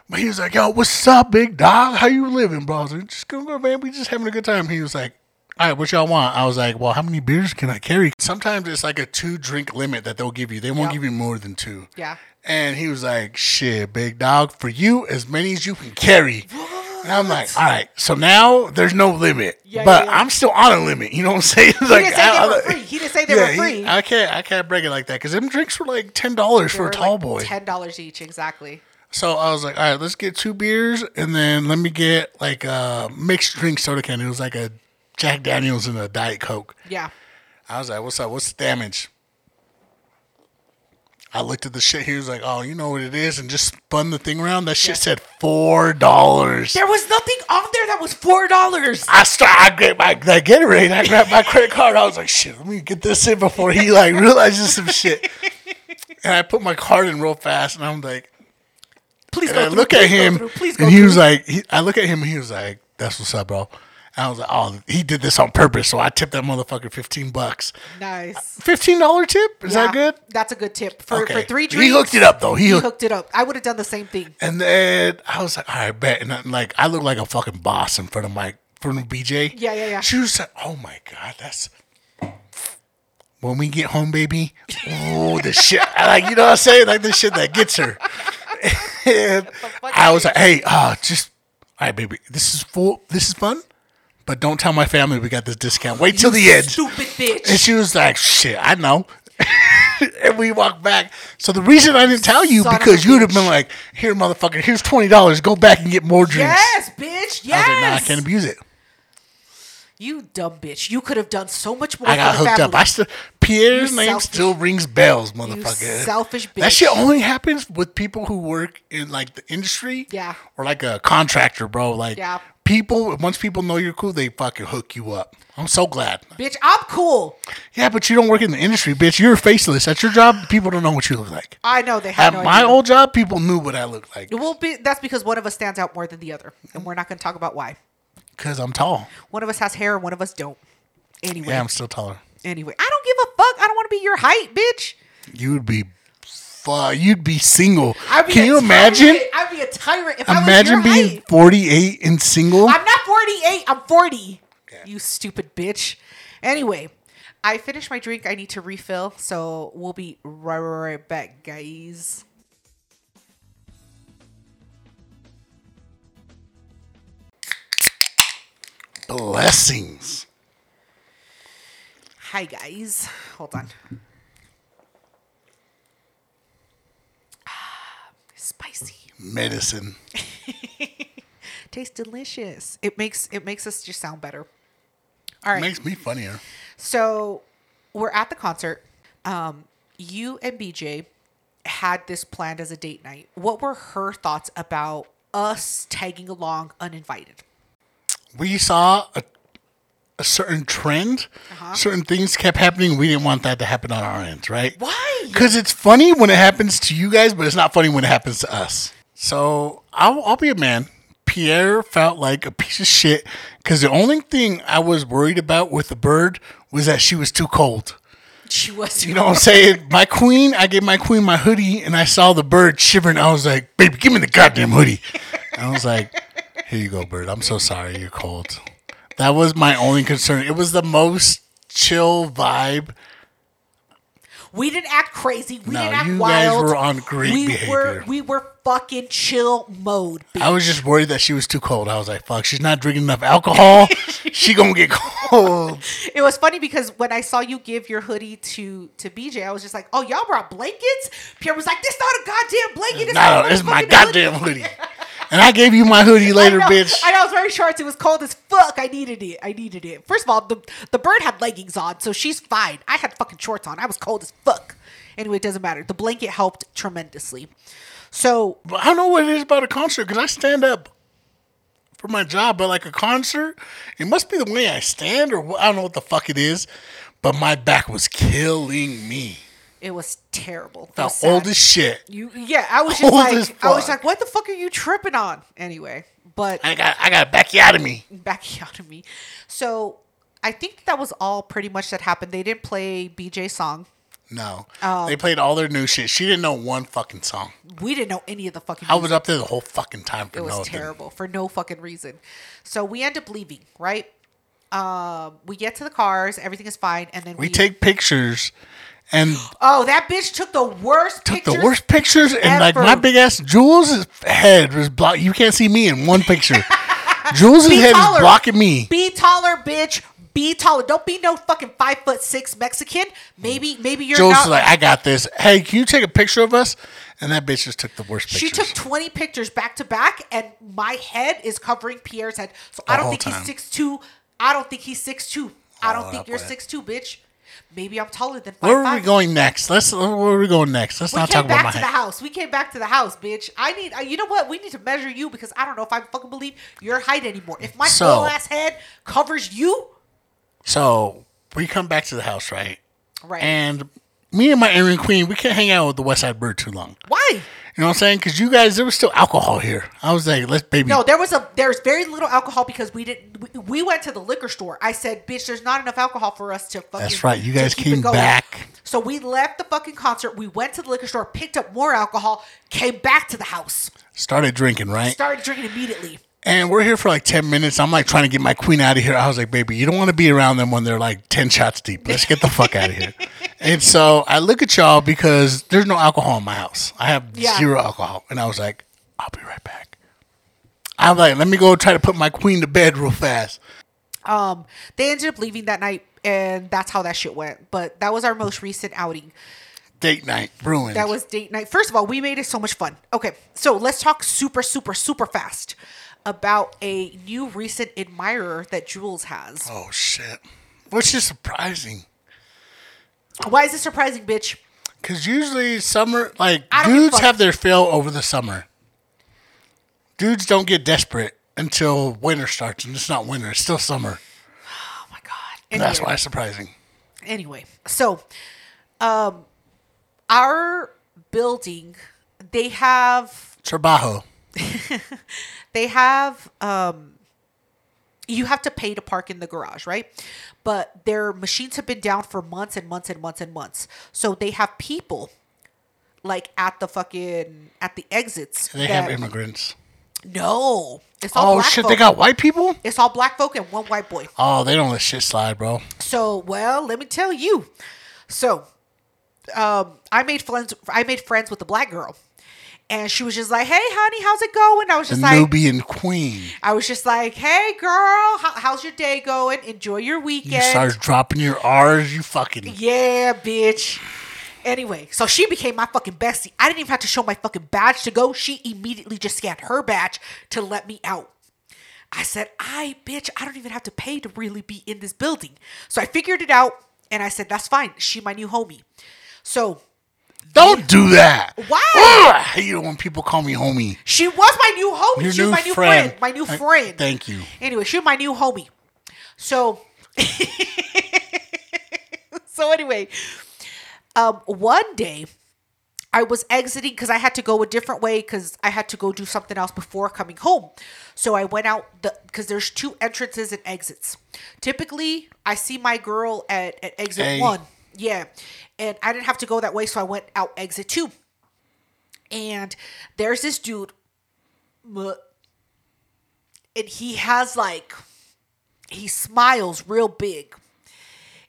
[SPEAKER 1] But he was like, yo, what's up, big dog? How you living, bro? I was like, just gonna go, man. We just having a good time. He was like, all right, what y'all want? I was like, well, how many beers can I carry? Sometimes it's like a two drink limit that they'll give you. They won't
[SPEAKER 2] Yep.
[SPEAKER 1] give you more than two.
[SPEAKER 2] Yeah.
[SPEAKER 1] And he was like, shit, big dog, for you, as many as you can carry. And I'm like, all right, so now there's no limit,
[SPEAKER 2] Yeah,
[SPEAKER 1] but
[SPEAKER 2] yeah, yeah.
[SPEAKER 1] I'm still on a limit. You know what I'm saying?
[SPEAKER 2] He didn't say they were free. He didn't say they
[SPEAKER 1] yeah,
[SPEAKER 2] were
[SPEAKER 1] he-
[SPEAKER 2] free.
[SPEAKER 1] I can't, I can't break it like that because them drinks were like ten dollars for a tall boy.
[SPEAKER 2] Ten dollars each, exactly.
[SPEAKER 1] So I was like, all right, let's get two beers and then let me get like a mixed drink soda can. It was like a Jack Daniels and a Diet Coke.
[SPEAKER 2] Yeah.
[SPEAKER 1] I was like, what's up? What's the damage? I looked at the shit. He was like, oh, you know what it is, and just spun the thing around. That shit
[SPEAKER 2] Yeah.
[SPEAKER 1] said four dollars.
[SPEAKER 2] There was nothing on there that was four dollars.
[SPEAKER 1] I start. I grabbed my that Gatorade. I grabbed my credit card. I was like, "Shit, let me get this in before he like realizes some shit." And I put my card in real fast, and I'm like,
[SPEAKER 2] Please
[SPEAKER 1] And
[SPEAKER 2] go
[SPEAKER 1] I
[SPEAKER 2] through,
[SPEAKER 1] look
[SPEAKER 2] please
[SPEAKER 1] at
[SPEAKER 2] go
[SPEAKER 1] him,
[SPEAKER 2] through, please go
[SPEAKER 1] and he was
[SPEAKER 2] through.
[SPEAKER 1] like, he, I look at him, and he was like, "That's what's up, bro." And I was like, "Oh, he did this on purpose." So I tipped that motherfucker fifteen bucks.
[SPEAKER 2] nice.
[SPEAKER 1] Fifteen dollar tip is
[SPEAKER 2] Yeah,
[SPEAKER 1] that good?
[SPEAKER 2] That's a good tip for for three drinks.
[SPEAKER 1] He hooked it up though. He,
[SPEAKER 2] He
[SPEAKER 1] hooked,
[SPEAKER 2] hooked it up. I would have done the same thing.
[SPEAKER 1] and then I was like, "All right, bet." And I'm like, I look like a fucking boss in front of Mike, in front of BJ.
[SPEAKER 2] Yeah, yeah, yeah.
[SPEAKER 1] She was like, "Oh my god, that's." When we get home, baby, oh the shit! Like you know what I'm saying? Like the shit that gets her. And I was like, hey, uh, just all right, baby. This is full. This is fun, but don't tell my family we got this discount. Wait till the end.
[SPEAKER 2] Stupid
[SPEAKER 1] And
[SPEAKER 2] bitch.
[SPEAKER 1] she was like, shit, I know. and we walked back. So the reason I didn't tell you
[SPEAKER 2] Son of
[SPEAKER 1] because
[SPEAKER 2] a
[SPEAKER 1] you'd have
[SPEAKER 2] bitch.
[SPEAKER 1] been like, here, motherfucker, here's twenty dollars. Go back and get more drinks.
[SPEAKER 2] Yes, bitch.
[SPEAKER 1] I was like, nah, I
[SPEAKER 2] Yes.
[SPEAKER 1] can't abuse it.
[SPEAKER 2] you dumb bitch. You could have done so much more.
[SPEAKER 1] I got
[SPEAKER 2] for the
[SPEAKER 1] hooked up.
[SPEAKER 2] family.
[SPEAKER 1] I still Pierre's
[SPEAKER 2] You
[SPEAKER 1] name
[SPEAKER 2] selfish-
[SPEAKER 1] still rings bells, motherfucker.
[SPEAKER 2] selfish
[SPEAKER 1] That shit
[SPEAKER 2] bitch.
[SPEAKER 1] only happens with people who work in like the industry.
[SPEAKER 2] Yeah.
[SPEAKER 1] Or like a contractor, bro. Like
[SPEAKER 2] Yeah.
[SPEAKER 1] people once people know you're cool, they fucking hook you up. I'm so glad.
[SPEAKER 2] bitch, I'm cool.
[SPEAKER 1] Yeah, but you don't work in the industry, bitch. You're faceless. At your job, people don't know what you look like.
[SPEAKER 2] I know they
[SPEAKER 1] At
[SPEAKER 2] have no
[SPEAKER 1] my
[SPEAKER 2] idea.
[SPEAKER 1] old job, people knew what I looked like
[SPEAKER 2] It will be. That's because one of us stands out more than the other, and we're not going to talk about why.
[SPEAKER 1] because I'm tall.
[SPEAKER 2] One of us has hair, and one of us don't. Anyway,
[SPEAKER 1] Yeah, I'm still taller.
[SPEAKER 2] anyway, I don't give a fuck. I don't want to be your height, bitch.
[SPEAKER 1] You would be, fuck, you'd be single.
[SPEAKER 2] I'd be
[SPEAKER 1] Can
[SPEAKER 2] a
[SPEAKER 1] you imagine?
[SPEAKER 2] tyrant. I'd be a tyrant if I
[SPEAKER 1] Imagine
[SPEAKER 2] was your
[SPEAKER 1] being
[SPEAKER 2] height.
[SPEAKER 1] 48 and single.
[SPEAKER 2] I'm not 48. I'm 40. You stupid bitch. Anyway, I finished my drink. I need to refill, so we'll be right, right back, guys.
[SPEAKER 1] Blessings.
[SPEAKER 2] Hi guys. Hold on. Ah, Spicy.
[SPEAKER 1] Medicine.
[SPEAKER 2] Tastes delicious. It makes it makes us just sound better. All right.
[SPEAKER 1] Makes me funnier.
[SPEAKER 2] So we're at the concert. Um, you and BJ had this planned as a date night. What were her thoughts about us tagging along uninvited?
[SPEAKER 1] we saw a, a certain trend, certain things kept happening. We didn't want that to happen on our end, right?
[SPEAKER 2] Why?
[SPEAKER 1] Because it's funny when it happens to you guys, but it's not funny when it happens to us. So I'll, I'll be a man. Pierre felt like a piece of shit because the only thing I was worried about with the bird was that she was too cold.
[SPEAKER 2] She was
[SPEAKER 1] You know what I'm saying? My queen, I gave my queen my hoodie and I saw the bird shivering. I was like, baby, give me the goddamn hoodie. I was like, here you go, bird. I'm so sorry you're cold. That was my only concern. It was the most chill vibe.
[SPEAKER 2] We didn't act crazy. We
[SPEAKER 1] No,
[SPEAKER 2] didn't act
[SPEAKER 1] you guys
[SPEAKER 2] wild.
[SPEAKER 1] were on great
[SPEAKER 2] we Were,
[SPEAKER 1] behavior. Uh,
[SPEAKER 2] we were fucking chill mode. bitch.
[SPEAKER 1] I was just worried that she was too cold. I was like, fuck, she's not drinking enough alcohol. she gonna get cold.
[SPEAKER 2] It was funny because when I saw you give your hoodie to to BJ, I was just like, "Oh, y'all brought blankets." Pierre was like, "This not a goddamn blanket. It's
[SPEAKER 1] No,
[SPEAKER 2] not a
[SPEAKER 1] it's my
[SPEAKER 2] motherfucking
[SPEAKER 1] goddamn hoodie. And I gave you my hoodie later,
[SPEAKER 2] I know,
[SPEAKER 1] bitch.
[SPEAKER 2] I know. I was wearing shorts. It was cold as fuck. I needed it. I needed it. First of all, the the bird had leggings on, so she's fine. I had fucking shorts on. I was cold as fuck. Anyway, it doesn't matter. The blanket helped tremendously. So
[SPEAKER 1] But I don't know what it is about a concert because I stand up for my job, but like a concert, it must be the way I stand or wh- I don't know what the fuck it is. But my back was killing me.
[SPEAKER 2] it was terrible. It
[SPEAKER 1] The
[SPEAKER 2] was sad.
[SPEAKER 1] oldest shit.
[SPEAKER 2] You yeah, I was just
[SPEAKER 1] Old
[SPEAKER 2] like
[SPEAKER 1] as
[SPEAKER 2] I was
[SPEAKER 1] fuck.
[SPEAKER 2] like, what the fuck are you tripping on? Anyway, but
[SPEAKER 1] I got I got to back you out of me.
[SPEAKER 2] back out of me. So I think that was all pretty much that happened. They didn't play BJ song.
[SPEAKER 1] No,
[SPEAKER 2] Oh.
[SPEAKER 1] they played all their new shit. She didn't know one fucking song.
[SPEAKER 2] We didn't know any of the fucking.
[SPEAKER 1] I
[SPEAKER 2] music.
[SPEAKER 1] was up there the whole fucking time for
[SPEAKER 2] It was
[SPEAKER 1] nothing.
[SPEAKER 2] terrible for no fucking reason. So we end up leaving, right? Um, we get to the cars, everything is fine, and then
[SPEAKER 1] We take pictures and
[SPEAKER 2] Oh, that bitch took the worst
[SPEAKER 1] took
[SPEAKER 2] pictures.
[SPEAKER 1] the worst pictures and like my
[SPEAKER 2] ever.
[SPEAKER 1] big ass Jules' head was blocked. You can't see me in one picture. Jules'
[SPEAKER 2] Be
[SPEAKER 1] head
[SPEAKER 2] taller.
[SPEAKER 1] is blocking me.
[SPEAKER 2] Be taller, bitch. Be taller. Don't be no fucking five foot six Mexican. Maybe, maybe you're
[SPEAKER 1] Joe's
[SPEAKER 2] not.
[SPEAKER 1] like, I got this. Hey, can you take a picture of us? And that bitch just took the worst pictures.
[SPEAKER 2] She took 20 pictures back to back, and my head is covering Pierre's head. So I don't
[SPEAKER 1] whole
[SPEAKER 2] think
[SPEAKER 1] time.
[SPEAKER 2] he's 6'2. I don't think he's 6'2. I don't
[SPEAKER 1] Oh,
[SPEAKER 2] think
[SPEAKER 1] that
[SPEAKER 2] you're
[SPEAKER 1] boy.
[SPEAKER 2] 6'2, bitch. Maybe I'm taller than 5'5.
[SPEAKER 1] where are we going next? Let's. Where are we going next? Let's
[SPEAKER 2] We
[SPEAKER 1] not talk
[SPEAKER 2] came
[SPEAKER 1] about my
[SPEAKER 2] back to the
[SPEAKER 1] head.
[SPEAKER 2] house. We came back to the house, bitch. I need, uh, you know what? We need to measure you because I don't know if I fucking believe your height anymore. If my
[SPEAKER 1] So-
[SPEAKER 2] whole ass head covers you,
[SPEAKER 1] So we come back to the house, right?
[SPEAKER 2] right?
[SPEAKER 1] And me and my Aaron Queen, we can't hang out with the West Side Bird too long.
[SPEAKER 2] Why?
[SPEAKER 1] You know what I'm saying? Because you guys, there was still alcohol here. I was like, let's baby.
[SPEAKER 2] No, there was a there's very little alcohol because we didn't. We, we went to the liquor store. I said, "Bitch, there's not enough alcohol for us to fucking."
[SPEAKER 1] That's right. You
[SPEAKER 2] to
[SPEAKER 1] guys
[SPEAKER 2] keep it
[SPEAKER 1] came
[SPEAKER 2] going."
[SPEAKER 1] back.
[SPEAKER 2] So we left the fucking concert. We went to the liquor store, picked up more alcohol, came back to the house,
[SPEAKER 1] started drinking, right?
[SPEAKER 2] started drinking immediately.
[SPEAKER 1] And we're here for like 10 minutes. I'm like trying to get my queen out of here. I was like, baby, you don't want to be around them when they're like 10 shots deep. Let's get the fuck out of here. And so I look at y'all because there's no alcohol in my house. I have
[SPEAKER 2] Yeah.
[SPEAKER 1] zero alcohol. And I was like, I'll be right back. I'm like, let me go try to put my queen to bed real fast.
[SPEAKER 2] Um, they ended up leaving that night, and that's how that shit went. But that was our most recent outing.
[SPEAKER 1] Date night ruined.
[SPEAKER 2] That was date night. First of all, we made it so much fun. Okay, so let's talk super, super, super fast about a new recent admirer that Jules has.
[SPEAKER 1] oh, shit. Which is surprising.
[SPEAKER 2] Why is this surprising, bitch?
[SPEAKER 1] Because usually summer, like
[SPEAKER 2] I don't give a
[SPEAKER 1] dudes
[SPEAKER 2] fuck.
[SPEAKER 1] have their fill over the summer. Dudes don't get desperate until winter starts, and it's not winter; it's still summer.
[SPEAKER 2] Oh my god.
[SPEAKER 1] And
[SPEAKER 2] Anyway,
[SPEAKER 1] That's why it's surprising.
[SPEAKER 2] Anyway, so um our building they have
[SPEAKER 1] Trabajo.
[SPEAKER 2] they have um you have to pay to park in the garage, right? But their machines have been down for months and months and months and months. So they have people like at the fucking at the exits.
[SPEAKER 1] They have
[SPEAKER 2] that-
[SPEAKER 1] immigrants.
[SPEAKER 2] no. It's all
[SPEAKER 1] Oh
[SPEAKER 2] black
[SPEAKER 1] shit!
[SPEAKER 2] folk.
[SPEAKER 1] They got white people.
[SPEAKER 2] it's all black folk and one white boy.
[SPEAKER 1] Oh, they don't let shit slide, bro.
[SPEAKER 2] So, well, let me tell you. So, um, I made friends. I made friends with the black girl, And she was just like, "Hey, honey, how's it going?" I was
[SPEAKER 1] The
[SPEAKER 2] just like,
[SPEAKER 1] Nubian queen.
[SPEAKER 2] "I was just like, hey, girl, how, how's your day going? Enjoy your
[SPEAKER 1] You
[SPEAKER 2] weekend."
[SPEAKER 1] start dropping your R's, you fucking.
[SPEAKER 2] Yeah, bitch. Anyway, so she became my fucking bestie. I didn't even have to show my fucking badge to go. She immediately just scanned her badge to let me out. I said, I, bitch, I don't even have to pay to really be in this building. So I figured it out and I said, that's fine. She my new homie. So
[SPEAKER 1] Don't do that.
[SPEAKER 2] Why?
[SPEAKER 1] Ugh, I hate it when people call me homie.
[SPEAKER 2] she was my new homie.
[SPEAKER 1] Your
[SPEAKER 2] she was
[SPEAKER 1] new
[SPEAKER 2] my new friend.
[SPEAKER 1] friend.
[SPEAKER 2] My new
[SPEAKER 1] I-
[SPEAKER 2] friend.
[SPEAKER 1] thank you.
[SPEAKER 2] Anyway, she was my new homie. So, so anyway, um, one day I was exiting because I had to go a different way because I had to go do something else before coming home. So I went out the because there's two entrances and exits. Typically, I see my girl at, at exit
[SPEAKER 1] Hey.
[SPEAKER 2] one. Yeah, and I didn't have to go that way, so I went out exit two. And there's this dude, muh, and he has like he smiles real big.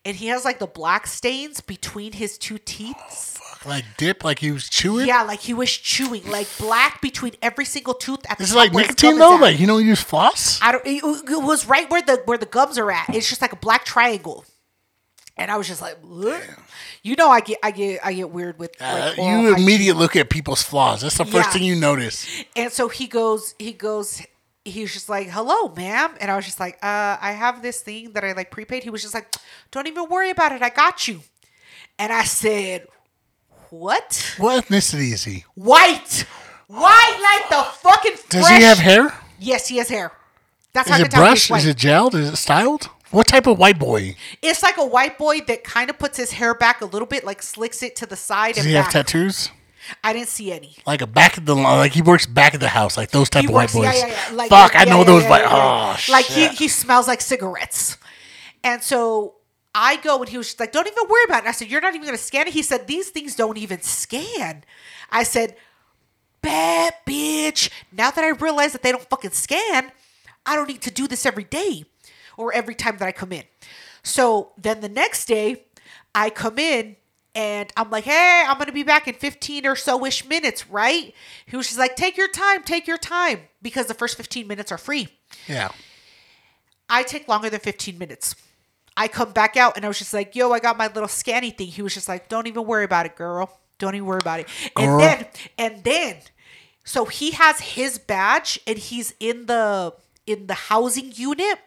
[SPEAKER 2] And he has like the black stains between his two teeth.
[SPEAKER 1] Fuck, like dip, like he was chewing.
[SPEAKER 2] Yeah, like he was chewing, like black between every single tooth. At the
[SPEAKER 1] This is
[SPEAKER 2] top
[SPEAKER 1] like
[SPEAKER 2] where his
[SPEAKER 1] nicotine
[SPEAKER 2] gum
[SPEAKER 1] though.
[SPEAKER 2] is at.
[SPEAKER 1] Like you know, you use floss.
[SPEAKER 2] I don't. It, it was right where the where the gums are at. It's just like a black triangle, and I was just like, "Ugh." you know, I get I get I get weird with
[SPEAKER 1] Uh,
[SPEAKER 2] like, oral
[SPEAKER 1] you immediately look at people's flaws. That's the first
[SPEAKER 2] Yeah.
[SPEAKER 1] thing you notice.
[SPEAKER 2] And so he goes, he goes, he was just like, hello, ma'am. And I was just like, uh, I have this thing that I like prepaid. He was just like, don't even worry about it. I got you. And I said, what?
[SPEAKER 1] What ethnicity is he?
[SPEAKER 2] White. White like the fucking fresh.
[SPEAKER 1] Does he have hair?
[SPEAKER 2] Yes, he has hair. That's how
[SPEAKER 1] Is
[SPEAKER 2] I can
[SPEAKER 1] it
[SPEAKER 2] tell he's
[SPEAKER 1] brushed?
[SPEAKER 2] white.
[SPEAKER 1] Is it gelled? Is it styled? What type of white boy?
[SPEAKER 2] It's like a white boy that kind of puts his hair back a little bit, like slicks it to the side
[SPEAKER 1] Does
[SPEAKER 2] and
[SPEAKER 1] he have
[SPEAKER 2] back.
[SPEAKER 1] tattoos?
[SPEAKER 2] I didn't see any.
[SPEAKER 1] Like a back of the like he works back of the house, like those type
[SPEAKER 2] He
[SPEAKER 1] of
[SPEAKER 2] works,
[SPEAKER 1] white
[SPEAKER 2] yeah,
[SPEAKER 1] boys.
[SPEAKER 2] yeah, yeah. Like,
[SPEAKER 1] Fuck,
[SPEAKER 2] yeah,
[SPEAKER 1] I know
[SPEAKER 2] yeah,
[SPEAKER 1] those.
[SPEAKER 2] yeah,
[SPEAKER 1] like,
[SPEAKER 2] yeah, yeah.
[SPEAKER 1] oh shit.
[SPEAKER 2] like he, he smells like cigarettes. And so I go and he was just like, don't even worry about it. And I said, you're not even going to scan it. He said, these things don't even scan. I said, bad bitch. Now that I realize that they don't fucking scan, I don't need to do this every day or every time that I come in. So then the next day, I come in and I'm like, hey, I'm going to be back in 15 or so ish minutes, right? He was just like, take your time, take your time because the first 15 minutes are free.
[SPEAKER 1] yeah.
[SPEAKER 2] I take longer than 15 minutes. I come back out and I was just like, yo, I got my little scanny thing. He was just like, don't even worry about it, girl. Don't even worry about it. And
[SPEAKER 1] Girl.
[SPEAKER 2] then, and then, so he has his badge and he's in the in the housing unit,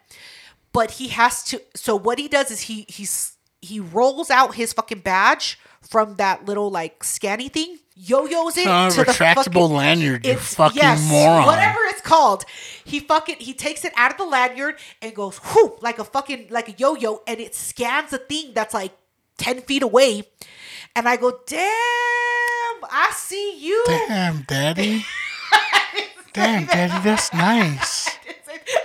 [SPEAKER 2] but he has to. So what he does is he he's he rolls out his fucking badge from that little like scanny thing, yo-yos it
[SPEAKER 1] Uh,
[SPEAKER 2] to the
[SPEAKER 1] retractable
[SPEAKER 2] fucking
[SPEAKER 1] lanyard, you
[SPEAKER 2] it's-
[SPEAKER 1] fucking moron.
[SPEAKER 2] Whatever it's called. He fucking he takes it out of the lanyard and goes whoo like a fucking like a yo-yo and it scans a thing that's like 10 feet away. And I go, damn, I see you.
[SPEAKER 1] Damn, daddy. Damn, daddy, that's nice.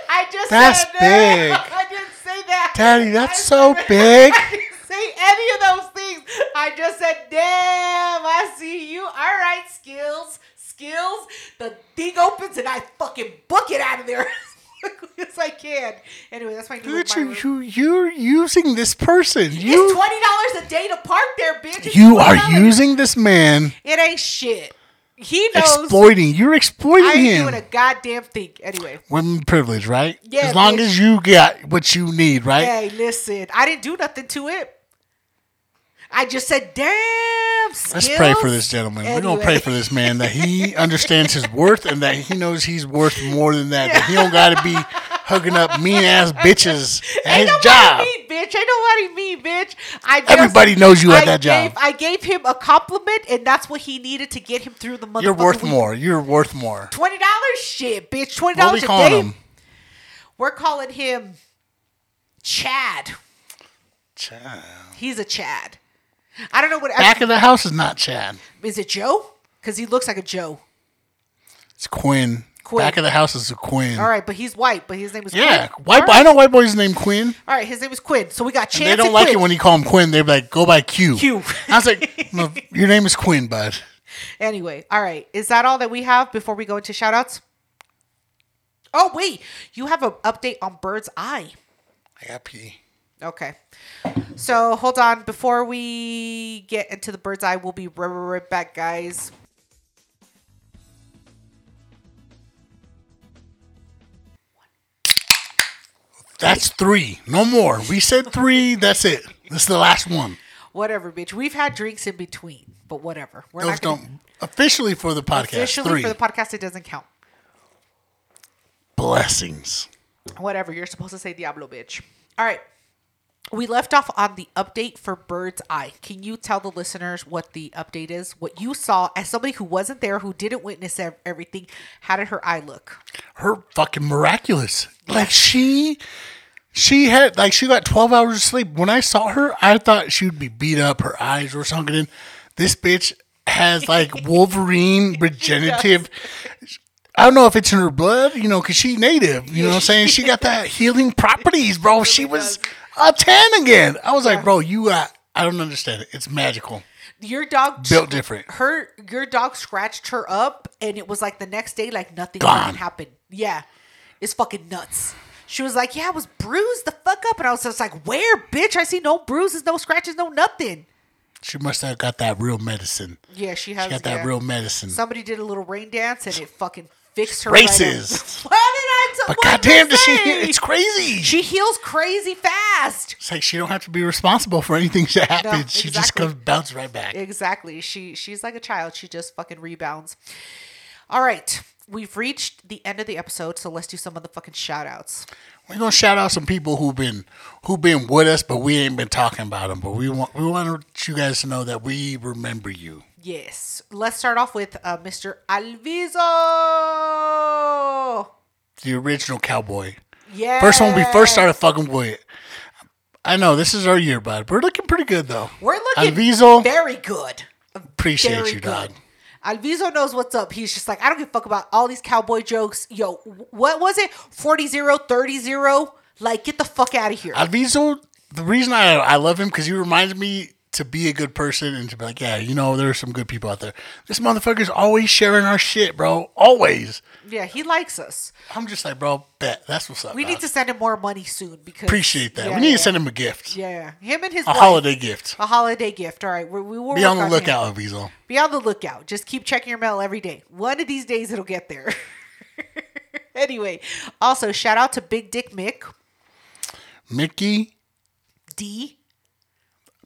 [SPEAKER 2] I just
[SPEAKER 1] That's
[SPEAKER 2] said that.
[SPEAKER 1] big.
[SPEAKER 2] I didn't say that.
[SPEAKER 1] Daddy,
[SPEAKER 2] I
[SPEAKER 1] that's
[SPEAKER 2] said
[SPEAKER 1] so
[SPEAKER 2] that.
[SPEAKER 1] big.
[SPEAKER 2] I didn't say any of those things. I just said, damn, I see you. All right, skills, skills. The thing opens and I fucking book it out of there as quickly as I can. Anyway, that's my new
[SPEAKER 1] Look at you,
[SPEAKER 2] environment.
[SPEAKER 1] you, you're using this person.
[SPEAKER 2] It's
[SPEAKER 1] You,
[SPEAKER 2] twenty dollars a day to park there, bitch. It's
[SPEAKER 1] you are
[SPEAKER 2] $20.
[SPEAKER 1] using this man,
[SPEAKER 2] It ain't shit. He knows
[SPEAKER 1] exploiting. You're exploiting
[SPEAKER 2] I ain't
[SPEAKER 1] him.
[SPEAKER 2] doing a goddamn thing. Anyway,
[SPEAKER 1] Women privilege, right?
[SPEAKER 2] Yeah,
[SPEAKER 1] as long
[SPEAKER 2] bitch.
[SPEAKER 1] as you got what you need, right?
[SPEAKER 2] hey, listen, I didn't do nothing to it. I just said, damn.
[SPEAKER 1] Let's
[SPEAKER 2] Skills.
[SPEAKER 1] pray for this gentleman. We're gonna pray
[SPEAKER 2] Anyway.
[SPEAKER 1] for this man that he understands his worth and that he knows he's worth more than that. That he don't gotta be hugging up mean ass bitches at
[SPEAKER 2] Ain't
[SPEAKER 1] his
[SPEAKER 2] nobody
[SPEAKER 1] job.
[SPEAKER 2] mean, bitch. Ain't nobody mean, bitch. I just,
[SPEAKER 1] Everybody knows you at
[SPEAKER 2] I
[SPEAKER 1] that job.
[SPEAKER 2] gave- I gave him a compliment, and that's what he needed to get him through the motherfucking
[SPEAKER 1] You're worth
[SPEAKER 2] week.
[SPEAKER 1] more. You're worth more.
[SPEAKER 2] Twenty dollars, shit, bitch. Twenty
[SPEAKER 1] What we
[SPEAKER 2] dollars a
[SPEAKER 1] calling
[SPEAKER 2] day.
[SPEAKER 1] him?
[SPEAKER 2] We're calling him Chad.
[SPEAKER 1] Chad.
[SPEAKER 2] He's a Chad. I don't know what.
[SPEAKER 1] Back of the house is not Chad.
[SPEAKER 2] is it Joe? Because he looks like a Joe.
[SPEAKER 1] It's Quinn.
[SPEAKER 2] Quinn.
[SPEAKER 1] Back of the house is a Quinn.
[SPEAKER 2] All right, but he's white. But his name is
[SPEAKER 1] Yeah,
[SPEAKER 2] Quinn.
[SPEAKER 1] white.
[SPEAKER 2] All
[SPEAKER 1] boy-
[SPEAKER 2] right.
[SPEAKER 1] I know white boys named Quinn.
[SPEAKER 2] All right, his name is Quinn. So we got Chance.
[SPEAKER 1] They don't
[SPEAKER 2] and
[SPEAKER 1] like
[SPEAKER 2] Quinn.
[SPEAKER 1] it when you call him Quinn. They're like, go by Q.
[SPEAKER 2] Q.
[SPEAKER 1] I was like, no, your name is Quinn, bud.
[SPEAKER 2] Anyway, all right. Is that all that we have before we go into shout outs? Oh, wait. You have an update on Bird's Eye.
[SPEAKER 1] I got pee.
[SPEAKER 2] Okay. So hold on. Before we get into the Bird's Eye, we'll be right- right right back, guys.
[SPEAKER 1] That's three. No more. We said three. That's it. This is the last one.
[SPEAKER 2] Whatever, bitch. We've had drinks in between, but whatever. We're
[SPEAKER 1] Those
[SPEAKER 2] not gonna,
[SPEAKER 1] don't officially for the podcast.
[SPEAKER 2] officially
[SPEAKER 1] three
[SPEAKER 2] for the podcast. It doesn't count.
[SPEAKER 1] blessings.
[SPEAKER 2] Whatever. You're supposed to say Diablo, bitch. All right. We left off on the update for Bird's Eye. Can you tell the listeners what the update is? What you saw as somebody who wasn't there, who didn't witness ev- everything? How did her eye look?
[SPEAKER 1] Her fucking miraculous. Like she, she had like she got twelve hours of sleep. When I saw her, I thought she would be beat up. Her eyes were sunken in. This bitch has like Wolverine regenerative. I don't know if it's in her blood, you know, because she native. You know what I'm saying? She got that healing properties, bro. she was a ten again. I was like, bro, you got. I don't understand it. It's magical.
[SPEAKER 2] Your dog
[SPEAKER 1] Built different.
[SPEAKER 2] Her your dog scratched her up, and it was like the next day, like nothing
[SPEAKER 1] Gone.
[SPEAKER 2] fucking happened. Yeah, it's fucking nuts. She was like, "Yeah, I was bruised the fuck up," and I was just like, "Where, bitch? I see no bruises, no scratches, no nothing."
[SPEAKER 1] She must have got that real medicine.
[SPEAKER 2] Yeah, she has
[SPEAKER 1] She got that
[SPEAKER 2] yeah.
[SPEAKER 1] real medicine.
[SPEAKER 2] Somebody did a little rain dance, and it fucking fixed her.
[SPEAKER 1] Racist.
[SPEAKER 2] Right up. Why did I? T-
[SPEAKER 1] But
[SPEAKER 2] what did I
[SPEAKER 1] goddamn, does she?
[SPEAKER 2] say?
[SPEAKER 1] It's crazy.
[SPEAKER 2] She heals crazy fast.
[SPEAKER 1] it's like she don't have to be responsible for anything that happens. She just
[SPEAKER 2] exactly.
[SPEAKER 1] comes bounce right back.
[SPEAKER 2] Exactly. She she's like a child. She just fucking rebounds. All right. We've reached the end of the episode, so let's do some of the fucking shout outs.
[SPEAKER 1] We're gonna shout out some people who've been who've been with us, but we ain't been talking about them. But we want we want you guys to know that we remember you.
[SPEAKER 2] Yes. Let's start off with uh, Mr. Alviso.
[SPEAKER 1] The original cowboy.
[SPEAKER 2] Yeah.
[SPEAKER 1] First one we first started fucking with. I know this is our year, bud. We're looking pretty good though.
[SPEAKER 2] We're looking
[SPEAKER 1] Alviso,
[SPEAKER 2] very good.
[SPEAKER 1] appreciate
[SPEAKER 2] Very
[SPEAKER 1] you,
[SPEAKER 2] good.
[SPEAKER 1] dog.
[SPEAKER 2] Alviso knows what's up. He's just like, I don't give a fuck about all these cowboy jokes. Yo, what was it? 40 0, 30 0? Like, get the fuck out of here.
[SPEAKER 1] Alviso, the reason I I love him because he reminds me to be a good person and to be like, yeah, you know, there are some good people out there. This motherfucker's always sharing our shit, bro. Always.
[SPEAKER 2] yeah, he likes us.
[SPEAKER 1] I'm just like, bro, bet that's what's up.
[SPEAKER 2] We need to send him more money soon because
[SPEAKER 1] Uh, appreciate that.
[SPEAKER 2] Yeah,
[SPEAKER 1] we need
[SPEAKER 2] yeah,
[SPEAKER 1] to send him a gift,
[SPEAKER 2] yeah. him and his
[SPEAKER 1] a
[SPEAKER 2] wife.
[SPEAKER 1] holiday gift.
[SPEAKER 2] a holiday gift. All right, we, we will
[SPEAKER 1] Be
[SPEAKER 2] work
[SPEAKER 1] on the
[SPEAKER 2] him.
[SPEAKER 1] lookout, Alviso.
[SPEAKER 2] Be on the lookout. Just keep checking your mail every day. One of these days, it'll get there. anyway, also shout out to Big Dick Mick
[SPEAKER 1] Mickey,
[SPEAKER 2] D.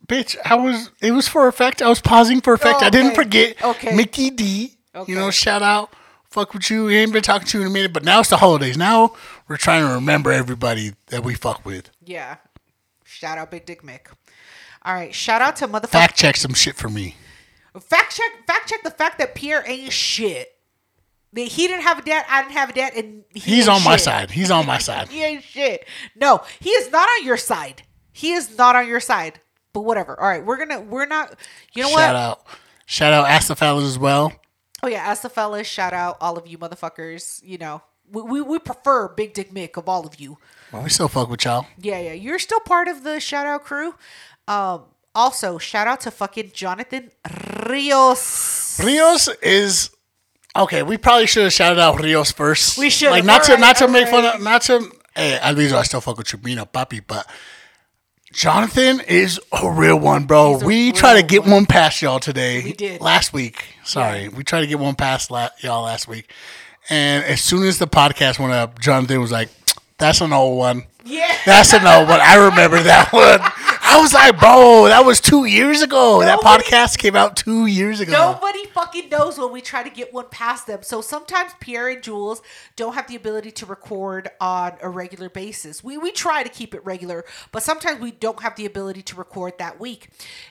[SPEAKER 1] bitch, I was. It was for effect. I was pausing for effect. I didn't
[SPEAKER 2] Okay.
[SPEAKER 1] forget.
[SPEAKER 2] Okay.
[SPEAKER 1] Mickey D.
[SPEAKER 2] Okay.
[SPEAKER 1] You know, shout out. Fuck with you. We ain't been talking to you in a minute, but now it's the holidays. Now we're trying to remember everybody that we fuck with.
[SPEAKER 2] Yeah, shout out Big Dick Mick. All right, shout out to motherfucker.
[SPEAKER 1] fact check some shit for me.
[SPEAKER 2] fact check fact check the fact that Pierre ain't shit. That he didn't have a dad, I didn't have a dad, and he
[SPEAKER 1] He's
[SPEAKER 2] ain't
[SPEAKER 1] on my
[SPEAKER 2] shit.
[SPEAKER 1] side. He's on my side.
[SPEAKER 2] He ain't shit. No, he is not on your side. He is not on your side. But whatever. All right, we're gonna we're not. You know
[SPEAKER 1] Shout
[SPEAKER 2] what?
[SPEAKER 1] out. Shout out Ask the Fellas as well.
[SPEAKER 2] Oh yeah, as the fellas, shout out all of you motherfuckers. You know, we, we we prefer Big Dick Mick of all of you.
[SPEAKER 1] Well, we still fuck with y'all.
[SPEAKER 2] Yeah, yeah, you're still part of the shout out crew. Um, also shout out to fucking Jonathan Rios.
[SPEAKER 1] Rios is okay. We probably should have shouted out Rios first.
[SPEAKER 2] We should
[SPEAKER 1] Like
[SPEAKER 2] have.
[SPEAKER 1] not to
[SPEAKER 2] Alright,
[SPEAKER 1] not to make fun
[SPEAKER 2] alright.
[SPEAKER 1] of not to. Hey, Alviso, I still fuck with you, Mino Papi, but Jonathan is a real one, bro.
[SPEAKER 2] He's a
[SPEAKER 1] We try to
[SPEAKER 2] real
[SPEAKER 1] get
[SPEAKER 2] one.
[SPEAKER 1] one past y'all today. We
[SPEAKER 2] did.
[SPEAKER 1] last week. Sorry, we tried to get one past la- y'all last week, and as soon as the podcast went up, Jonathan was like, "That's an old one."
[SPEAKER 2] Yeah.
[SPEAKER 1] That's an old one. I remember that one. I was like, bro, that was two years ago. that
[SPEAKER 2] Nobody-
[SPEAKER 1] podcast came out two years ago.
[SPEAKER 2] Nobody fucking knows when we try to get one past them. So sometimes Pierre and Jules don't have the ability to record on a regular basis. We we try to keep it regular, but sometimes we don't have the ability to record that week.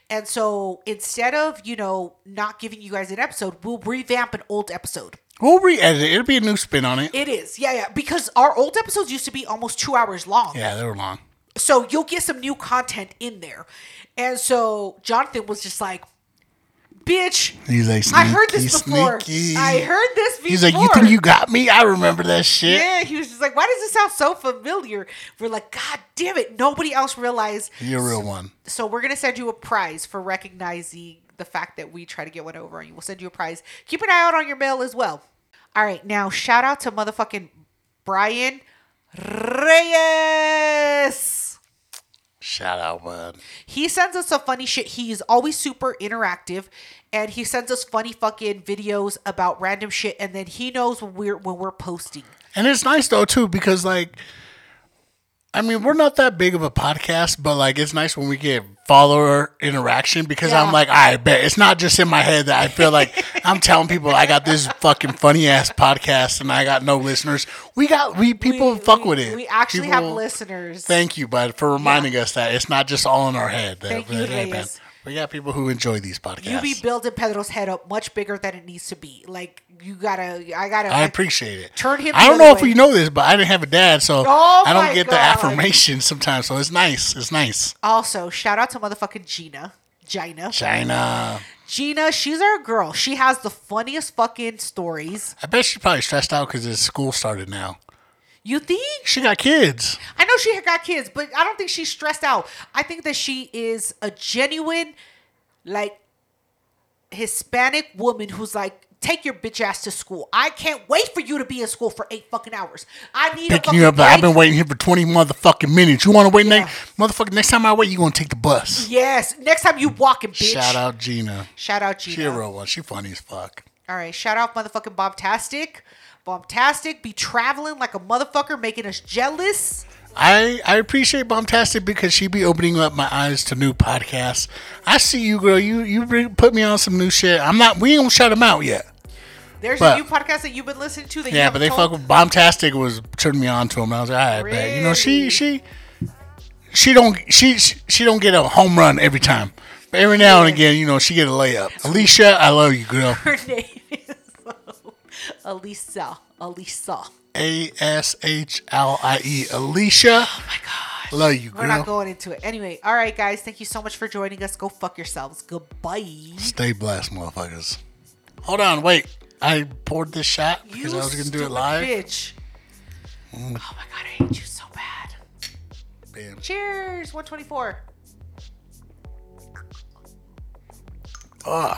[SPEAKER 2] And so instead of, you know, not giving you guys an episode, we'll revamp an old episode.
[SPEAKER 1] We'll re-edit it. It'll be a new spin on it.
[SPEAKER 2] It is. Yeah, yeah, because our old episodes used to be almost 2 hours long.
[SPEAKER 1] yeah, they were long.
[SPEAKER 2] So you'll get some new content in there. And so Jonathan was just like, "Bitch,
[SPEAKER 1] He's like, sneaky,
[SPEAKER 2] I heard this before.
[SPEAKER 1] Sneaky.
[SPEAKER 2] I heard this before.
[SPEAKER 1] He's like, you think you got me? I remember that shit.
[SPEAKER 2] Yeah, he was just like, why does this sound so familiar? We're like, God damn it. Nobody else realized.
[SPEAKER 1] You're a real one.
[SPEAKER 2] So we're going to send you a prize for recognizing the fact that we try to get one over on you. We'll send you a prize. Keep an eye out on your mail as well. All right. Now, shout out to motherfucking Brian Reyes.
[SPEAKER 1] Shout out, bud.
[SPEAKER 2] He sends us some funny shit. He is always super interactive and he sends us funny fucking videos about random shit and then he knows when we're when we're posting.
[SPEAKER 1] And it's nice though too because like I mean, we're not that big of a podcast, but like it's nice when we get follower interaction because
[SPEAKER 2] Yeah.
[SPEAKER 1] I'm like, I bet it's not just in my head that I feel like I'm telling people I got this fucking funny ass podcast and I got no listeners. We got we people
[SPEAKER 2] We-
[SPEAKER 1] fuck
[SPEAKER 2] we-
[SPEAKER 1] with it.
[SPEAKER 2] We actually have
[SPEAKER 1] People-
[SPEAKER 2] listeners.
[SPEAKER 1] Thank you, bud, for reminding us that it's not just all in our head. That,
[SPEAKER 2] Thank you,
[SPEAKER 1] that ain't bad.
[SPEAKER 2] Reyes.
[SPEAKER 1] We got people who enjoy these podcasts.
[SPEAKER 2] you be building Pedro's head up much bigger than it needs to be. Like you gotta, I gotta.
[SPEAKER 1] I appreciate it.
[SPEAKER 2] Turn him
[SPEAKER 1] I
[SPEAKER 2] the
[SPEAKER 1] don't know
[SPEAKER 2] other
[SPEAKER 1] if
[SPEAKER 2] way.
[SPEAKER 1] you know this, but I didn't have a dad, so
[SPEAKER 2] Oh
[SPEAKER 1] I
[SPEAKER 2] my
[SPEAKER 1] don't get the
[SPEAKER 2] God.
[SPEAKER 1] affirmation sometimes. So it's nice. It's nice.
[SPEAKER 2] also, shout out to motherfucking Gina. Gina.
[SPEAKER 1] China.
[SPEAKER 2] Gina, she's our girl. She has the funniest fucking stories.
[SPEAKER 1] I bet she's probably stressed out because his school started now.
[SPEAKER 2] You think?
[SPEAKER 1] She got kids.
[SPEAKER 2] I know she had got kids, but I don't think she's stressed out. I think that she is a genuine, like, Hispanic woman who's like, take your bitch ass to school. I can't wait for you to be in school for eight fucking hours. I need a
[SPEAKER 1] Picking
[SPEAKER 2] fucking
[SPEAKER 1] you up. like, I've
[SPEAKER 2] break."
[SPEAKER 1] been waiting here for 20 motherfucking minutes. You want to wait
[SPEAKER 2] Yeah.
[SPEAKER 1] next? Motherfucker, next time I wait, you going to take the bus.
[SPEAKER 2] Yes. Next time you walking, bitch.
[SPEAKER 1] Shout out Gina.
[SPEAKER 2] Shout out
[SPEAKER 1] She a
[SPEAKER 2] Gina.
[SPEAKER 1] real one. She funny as fuck.
[SPEAKER 2] All right. Shout out motherfucking Bombtastic. Bombtastic be traveling like a motherfucker, making us jealous.
[SPEAKER 1] I, I appreciate Bombtastic because she be opening up my eyes to new podcasts. I see you, girl. You you re- put me on some new shit. I'm not. We ain't gonna shut them out yet.
[SPEAKER 2] There's
[SPEAKER 1] But-
[SPEAKER 2] a new podcast that you've been listening to that you
[SPEAKER 1] Yeah, but
[SPEAKER 2] haven't
[SPEAKER 1] they fuck
[SPEAKER 2] told-
[SPEAKER 1] with Bombtastic was turned me on to him. I was like, all right, man. You know, she
[SPEAKER 2] Really?
[SPEAKER 1] she she don't she she she don't get a home run every time. But every now and again, you know, she get a layup. Alicia, I love you, girl.
[SPEAKER 2] her name is Alisa. Alisa.
[SPEAKER 1] A S H L I E. Alicia. Oh my god. Love you,
[SPEAKER 2] We're not
[SPEAKER 1] girl.
[SPEAKER 2] going into it. Anyway, all right, guys. Thank you so much for joining us. Go fuck yourselves. Goodbye.
[SPEAKER 1] Stay blessed, motherfuckers. Hold on, wait. I poured this shot because I was gonna do it
[SPEAKER 2] stupid
[SPEAKER 1] live. Mm.
[SPEAKER 2] Bitch. Oh my god, I hate you so bad.
[SPEAKER 1] Bam.
[SPEAKER 2] Cheers. 124.
[SPEAKER 1] Ugh.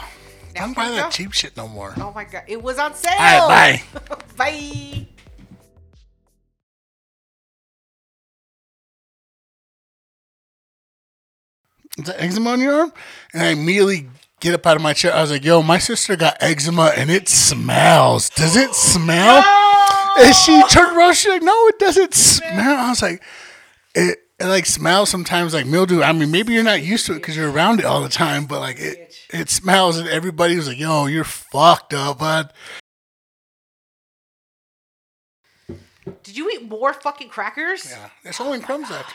[SPEAKER 1] I don't
[SPEAKER 2] Now,
[SPEAKER 1] buy that
[SPEAKER 2] go.
[SPEAKER 1] cheap shit no more.
[SPEAKER 2] Oh my god, it was on sale.
[SPEAKER 1] All right,
[SPEAKER 2] bye.
[SPEAKER 1] Is that eczema on your arm? And I immediately get up out of my chair. I was like, yo, my sister got eczema and it smells. Does it smell? And she turned around, she's like, no, it doesn't smell. I was like, it, it like smells sometimes like mildew. I mean, maybe you're not used to it because you're around it all the time, but like it, it smells. And everybody was like, yo, you're fucked up, bud.
[SPEAKER 2] Did you eat more fucking crackers?
[SPEAKER 1] Yeah, it's only in crumbs left.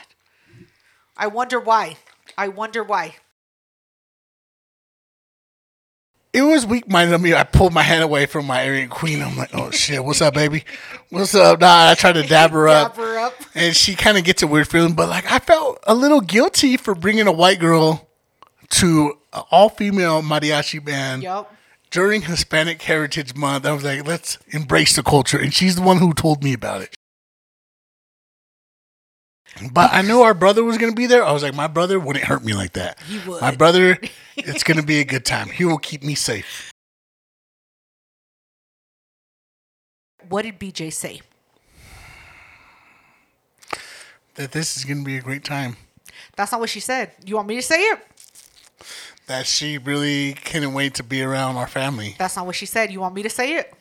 [SPEAKER 2] I wonder why. I wonder why.
[SPEAKER 1] it was weak minded of me. I pulled my hand away from my Aryan queen. I'm like, oh shit, what's up, baby? What's up? Nah, I tried to dab her up.
[SPEAKER 2] Dab her up.
[SPEAKER 1] And she kind of gets a weird feeling, but like I felt a little guilty for bringing a white girl to an all female mariachi band
[SPEAKER 2] Yup.
[SPEAKER 1] during Hispanic Heritage Month. I was like, let's embrace the culture. And she's the one who told me about it. But I knew our brother was going to be there. I was like, my brother wouldn't hurt me like that.
[SPEAKER 2] He would.
[SPEAKER 1] My brother, it's going to be a good time. He will keep me safe.
[SPEAKER 2] What did BJ say?
[SPEAKER 1] that this is going to be a great time.
[SPEAKER 2] That's not what she said. You want me to say it?
[SPEAKER 1] That she really couldn't wait to be around our family.
[SPEAKER 2] That's not what she said. You want me to say it?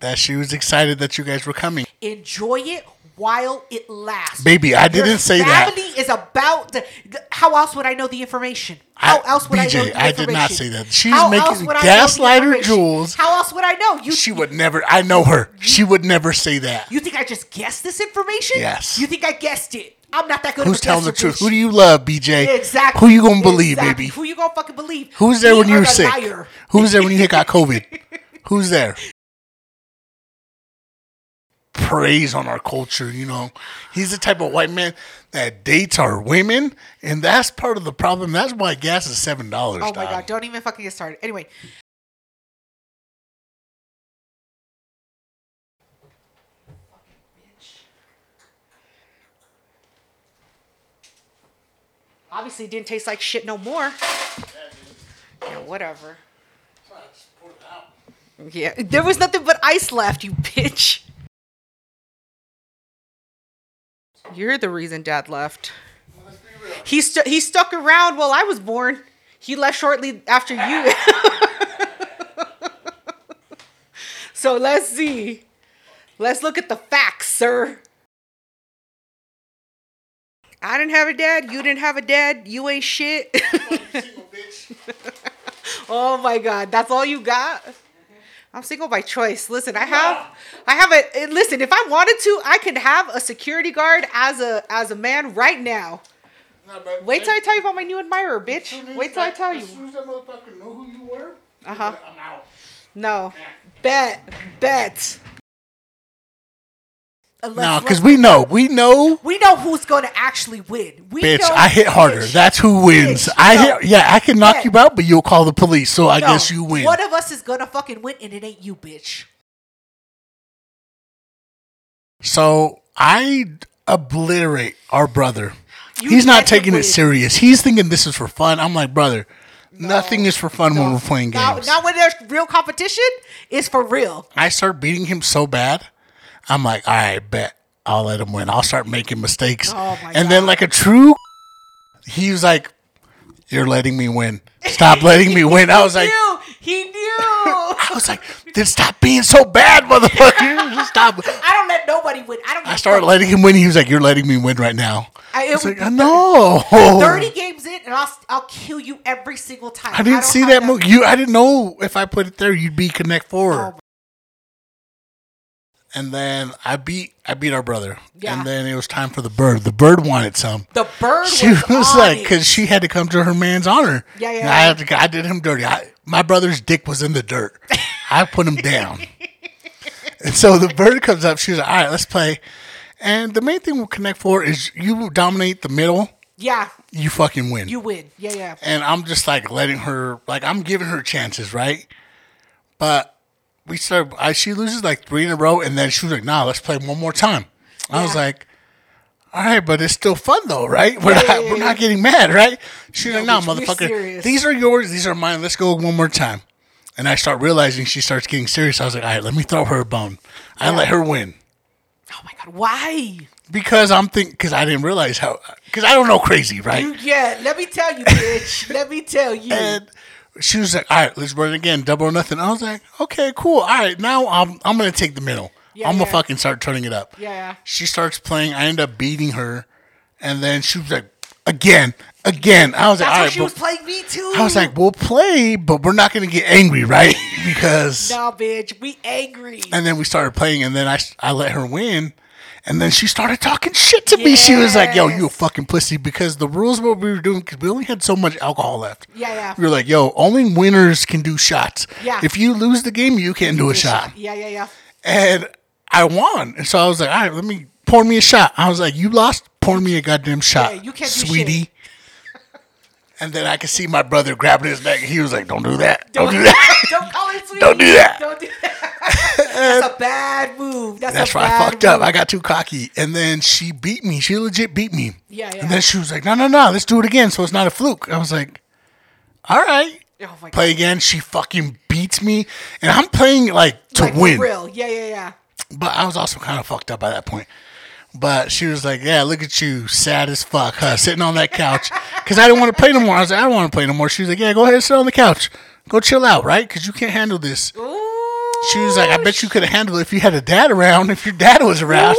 [SPEAKER 1] That she was excited that you guys were coming.
[SPEAKER 2] Enjoy it while it lasts.
[SPEAKER 1] Baby, I didn't
[SPEAKER 2] Your
[SPEAKER 1] say that.
[SPEAKER 2] Family is about. The, the- how else would I know the information? How
[SPEAKER 1] I-
[SPEAKER 2] else would I know
[SPEAKER 1] BJ,
[SPEAKER 2] the
[SPEAKER 1] I did not
[SPEAKER 2] information?
[SPEAKER 1] say that. She's
[SPEAKER 2] How
[SPEAKER 1] making
[SPEAKER 2] else would I know the
[SPEAKER 1] gaslighter
[SPEAKER 2] information?
[SPEAKER 1] jewels.
[SPEAKER 2] How else would I know? You
[SPEAKER 1] She would never, I know her. She would never say that.
[SPEAKER 2] you think I just guessed this information?
[SPEAKER 1] Yes.
[SPEAKER 2] You think I guessed it? I'm not that good.
[SPEAKER 1] Who's
[SPEAKER 2] of a
[SPEAKER 1] telling the
[SPEAKER 2] guesser,
[SPEAKER 1] truth?
[SPEAKER 2] bitch.
[SPEAKER 1] Who do you love, BJ?
[SPEAKER 2] Exactly.
[SPEAKER 1] Who you going to believe,
[SPEAKER 2] Exactly.
[SPEAKER 1] baby?
[SPEAKER 2] Who you gonna fucking believe?
[SPEAKER 1] Who's there
[SPEAKER 2] We
[SPEAKER 1] when
[SPEAKER 2] are
[SPEAKER 1] you're
[SPEAKER 2] the
[SPEAKER 1] sick?
[SPEAKER 2] liar.
[SPEAKER 1] Who's there when you hit got COVID? Who's there? Praise on our culture, you know. He's the type of white man that dates our women, and that's part of the problem. That's why gas is seven dollars.
[SPEAKER 2] Oh my god! Don't even fucking get started. Anyway, obviously it didn't taste like shit no more. Yeah, whatever. Yeah, there was nothing but ice left, you bitch. You're the reason Dad left. He stu- he stuck around while I was born. He left shortly after you. so let's see. Let's look at the facts, sir. I didn't have a dad. You didn't have a dad. You ain't shit. oh my God. That's all you got? I'm single by choice. Listen, I have, I have a. eh, Listen, if I wanted to, I could have a security guard as a as a man right now. Wait till I tell you about my new admirer, bitch. Wait till I tell you.
[SPEAKER 1] As soon as that motherfucker know who you were,
[SPEAKER 2] Uh-huh. like,
[SPEAKER 1] I'm out.
[SPEAKER 2] No, bet, bet. Unless
[SPEAKER 1] No, because we know. We know,
[SPEAKER 2] we know who's going to actually win. We
[SPEAKER 1] bitch,
[SPEAKER 2] know-
[SPEAKER 1] I hit harder.
[SPEAKER 2] Bitch,
[SPEAKER 1] That's who wins.
[SPEAKER 2] bitch,
[SPEAKER 1] I
[SPEAKER 2] no.
[SPEAKER 1] hit, yeah, I can knock
[SPEAKER 2] Yeah.
[SPEAKER 1] you out, but you'll call the police, so I
[SPEAKER 2] no.
[SPEAKER 1] guess you win.
[SPEAKER 2] One of us is going to fucking win, and it ain't you, bitch.
[SPEAKER 1] So I obliterate our brother.
[SPEAKER 2] You
[SPEAKER 1] He's not
[SPEAKER 2] had to
[SPEAKER 1] taking
[SPEAKER 2] win.
[SPEAKER 1] it serious. He's thinking this is for fun. I'm like, brother, nothing is for fun when we're playing
[SPEAKER 2] Now,
[SPEAKER 1] games.
[SPEAKER 2] now when there's real competition, it's for real.
[SPEAKER 1] I start beating him so bad. I'm like, all right, bet I'll let him win. I'll start making mistakes.
[SPEAKER 2] Oh my
[SPEAKER 1] and then, like a true, he was like, "You're letting me win. Stop letting me win." I was like,
[SPEAKER 2] knew, he knew. I
[SPEAKER 1] I was like, then stop being so bad, motherfucker. Just stop.
[SPEAKER 2] don't let nobody win. I don't.
[SPEAKER 1] I started letting him win. He was like, "You're letting me win right now."
[SPEAKER 2] I-
[SPEAKER 1] I
[SPEAKER 2] it
[SPEAKER 1] was like,
[SPEAKER 2] would be
[SPEAKER 1] "I know."
[SPEAKER 2] Thirty games in, and I'll I'll kill you every single time.
[SPEAKER 1] I didn't
[SPEAKER 2] don't
[SPEAKER 1] see
[SPEAKER 2] have
[SPEAKER 1] that move. You, I didn't know if I put it there, you'd be connect four.
[SPEAKER 2] Oh, my-
[SPEAKER 1] And then I beat, I beat our brother.
[SPEAKER 2] Yeah.
[SPEAKER 1] And then it was time for the bird. The bird wanted some.
[SPEAKER 2] The bird
[SPEAKER 1] She
[SPEAKER 2] was,
[SPEAKER 1] was,
[SPEAKER 2] on
[SPEAKER 1] like,
[SPEAKER 2] it.
[SPEAKER 1] because she had to come to her man's honor.
[SPEAKER 2] Yeah, yeah,
[SPEAKER 1] And I
[SPEAKER 2] yeah.
[SPEAKER 1] had to, I did him dirty. I, my brother's dick was in the dirt. I put him down. And so the bird comes up. She's like, all right, let's play. And the main thing with connect four is you dominate the middle,
[SPEAKER 2] yeah,
[SPEAKER 1] you fucking win.
[SPEAKER 2] you win. Yeah, yeah.
[SPEAKER 1] and I'm just like letting her like I'm giving her chances, right? But we start I she loses like three in a row and then she was like, nah, let's play one more time. I was
[SPEAKER 2] Yeah.
[SPEAKER 1] like, All right, but it's still fun though, right? We're not
[SPEAKER 2] yeah,
[SPEAKER 1] we're
[SPEAKER 2] yeah.
[SPEAKER 1] not getting mad, right? She's like, nah,
[SPEAKER 2] bitch, we're
[SPEAKER 1] motherfucker.
[SPEAKER 2] serious."
[SPEAKER 1] These are yours, these are mine, let's go one more time. And I start realizing she starts getting serious. I was like, all right, let me throw her a bone. I let her win.
[SPEAKER 2] Oh my god, why?
[SPEAKER 1] Because I'm thinking, because I didn't realize how, because I don't know crazy, right?
[SPEAKER 2] You, yeah, let me tell you, bitch. let me tell you.
[SPEAKER 1] And she was like, "All right, let's run it again, double or nothing." I was like, "Okay, cool. All right, now I'm I'm gonna take the middle.
[SPEAKER 2] Yeah,
[SPEAKER 1] I'm gonna
[SPEAKER 2] yeah.
[SPEAKER 1] fucking start turning it up."
[SPEAKER 2] Yeah, yeah.
[SPEAKER 1] She starts playing. I end up beating her, and then she was like, "Again, again." I was like,
[SPEAKER 2] That's
[SPEAKER 1] "All
[SPEAKER 2] how
[SPEAKER 1] right."
[SPEAKER 2] she
[SPEAKER 1] but-
[SPEAKER 2] was playing me too.
[SPEAKER 1] I was like, "We'll play, but we're not gonna get angry, right?" because
[SPEAKER 2] no, bitch, we angry.
[SPEAKER 1] and then we started playing, and then I I let her win. And then she started talking shit to me. She was like, "Yo, you a
[SPEAKER 2] Yes.
[SPEAKER 1] fucking pussy," because the rules what we were doing because we only had so much alcohol left.
[SPEAKER 2] Yeah, yeah.
[SPEAKER 1] We were like, "Yo, only winners can do shots.
[SPEAKER 2] Yeah.
[SPEAKER 1] If you lose the game, you can't do a shot."
[SPEAKER 2] Yeah, yeah, yeah.
[SPEAKER 1] And I won, and so I was like, "All right, let me pour me a shot." I was like, "You lost, pour me a goddamn shot,
[SPEAKER 2] Yeah, you can't do
[SPEAKER 1] sweetie."
[SPEAKER 2] shit.
[SPEAKER 1] And then I could see my brother grabbing his neck. He was like, "Don't do that. Don't, do that."
[SPEAKER 2] Don't call it sweet.
[SPEAKER 1] Don't do that.
[SPEAKER 2] Don't do that. That's a bad move. That's,
[SPEAKER 1] That's
[SPEAKER 2] a
[SPEAKER 1] where I
[SPEAKER 2] bad
[SPEAKER 1] fucked up.
[SPEAKER 2] move.
[SPEAKER 1] I got too cocky. And then she beat me. She legit beat me.
[SPEAKER 2] Yeah, yeah.
[SPEAKER 1] And then she was like, no, no, no, let's do it again. So it's not a fluke. I was like, all right.
[SPEAKER 2] oh my
[SPEAKER 1] Play again. She fucking beats me. And I'm playing like to
[SPEAKER 2] Like, for
[SPEAKER 1] win.
[SPEAKER 2] real. Yeah, yeah, yeah.
[SPEAKER 1] But I was also kind of fucked up by that point. But she was like, yeah, look at you, sad as fuck, huh? Sitting on that couch. Because I didn't want to play no more. I was like, I don't want to play no more. She was like, yeah, go ahead and sit on the couch. Go chill out, right? Because you can't handle this.
[SPEAKER 2] Ooh.
[SPEAKER 1] She was like, I bet you could have handled it if you had a dad around, if your dad was around.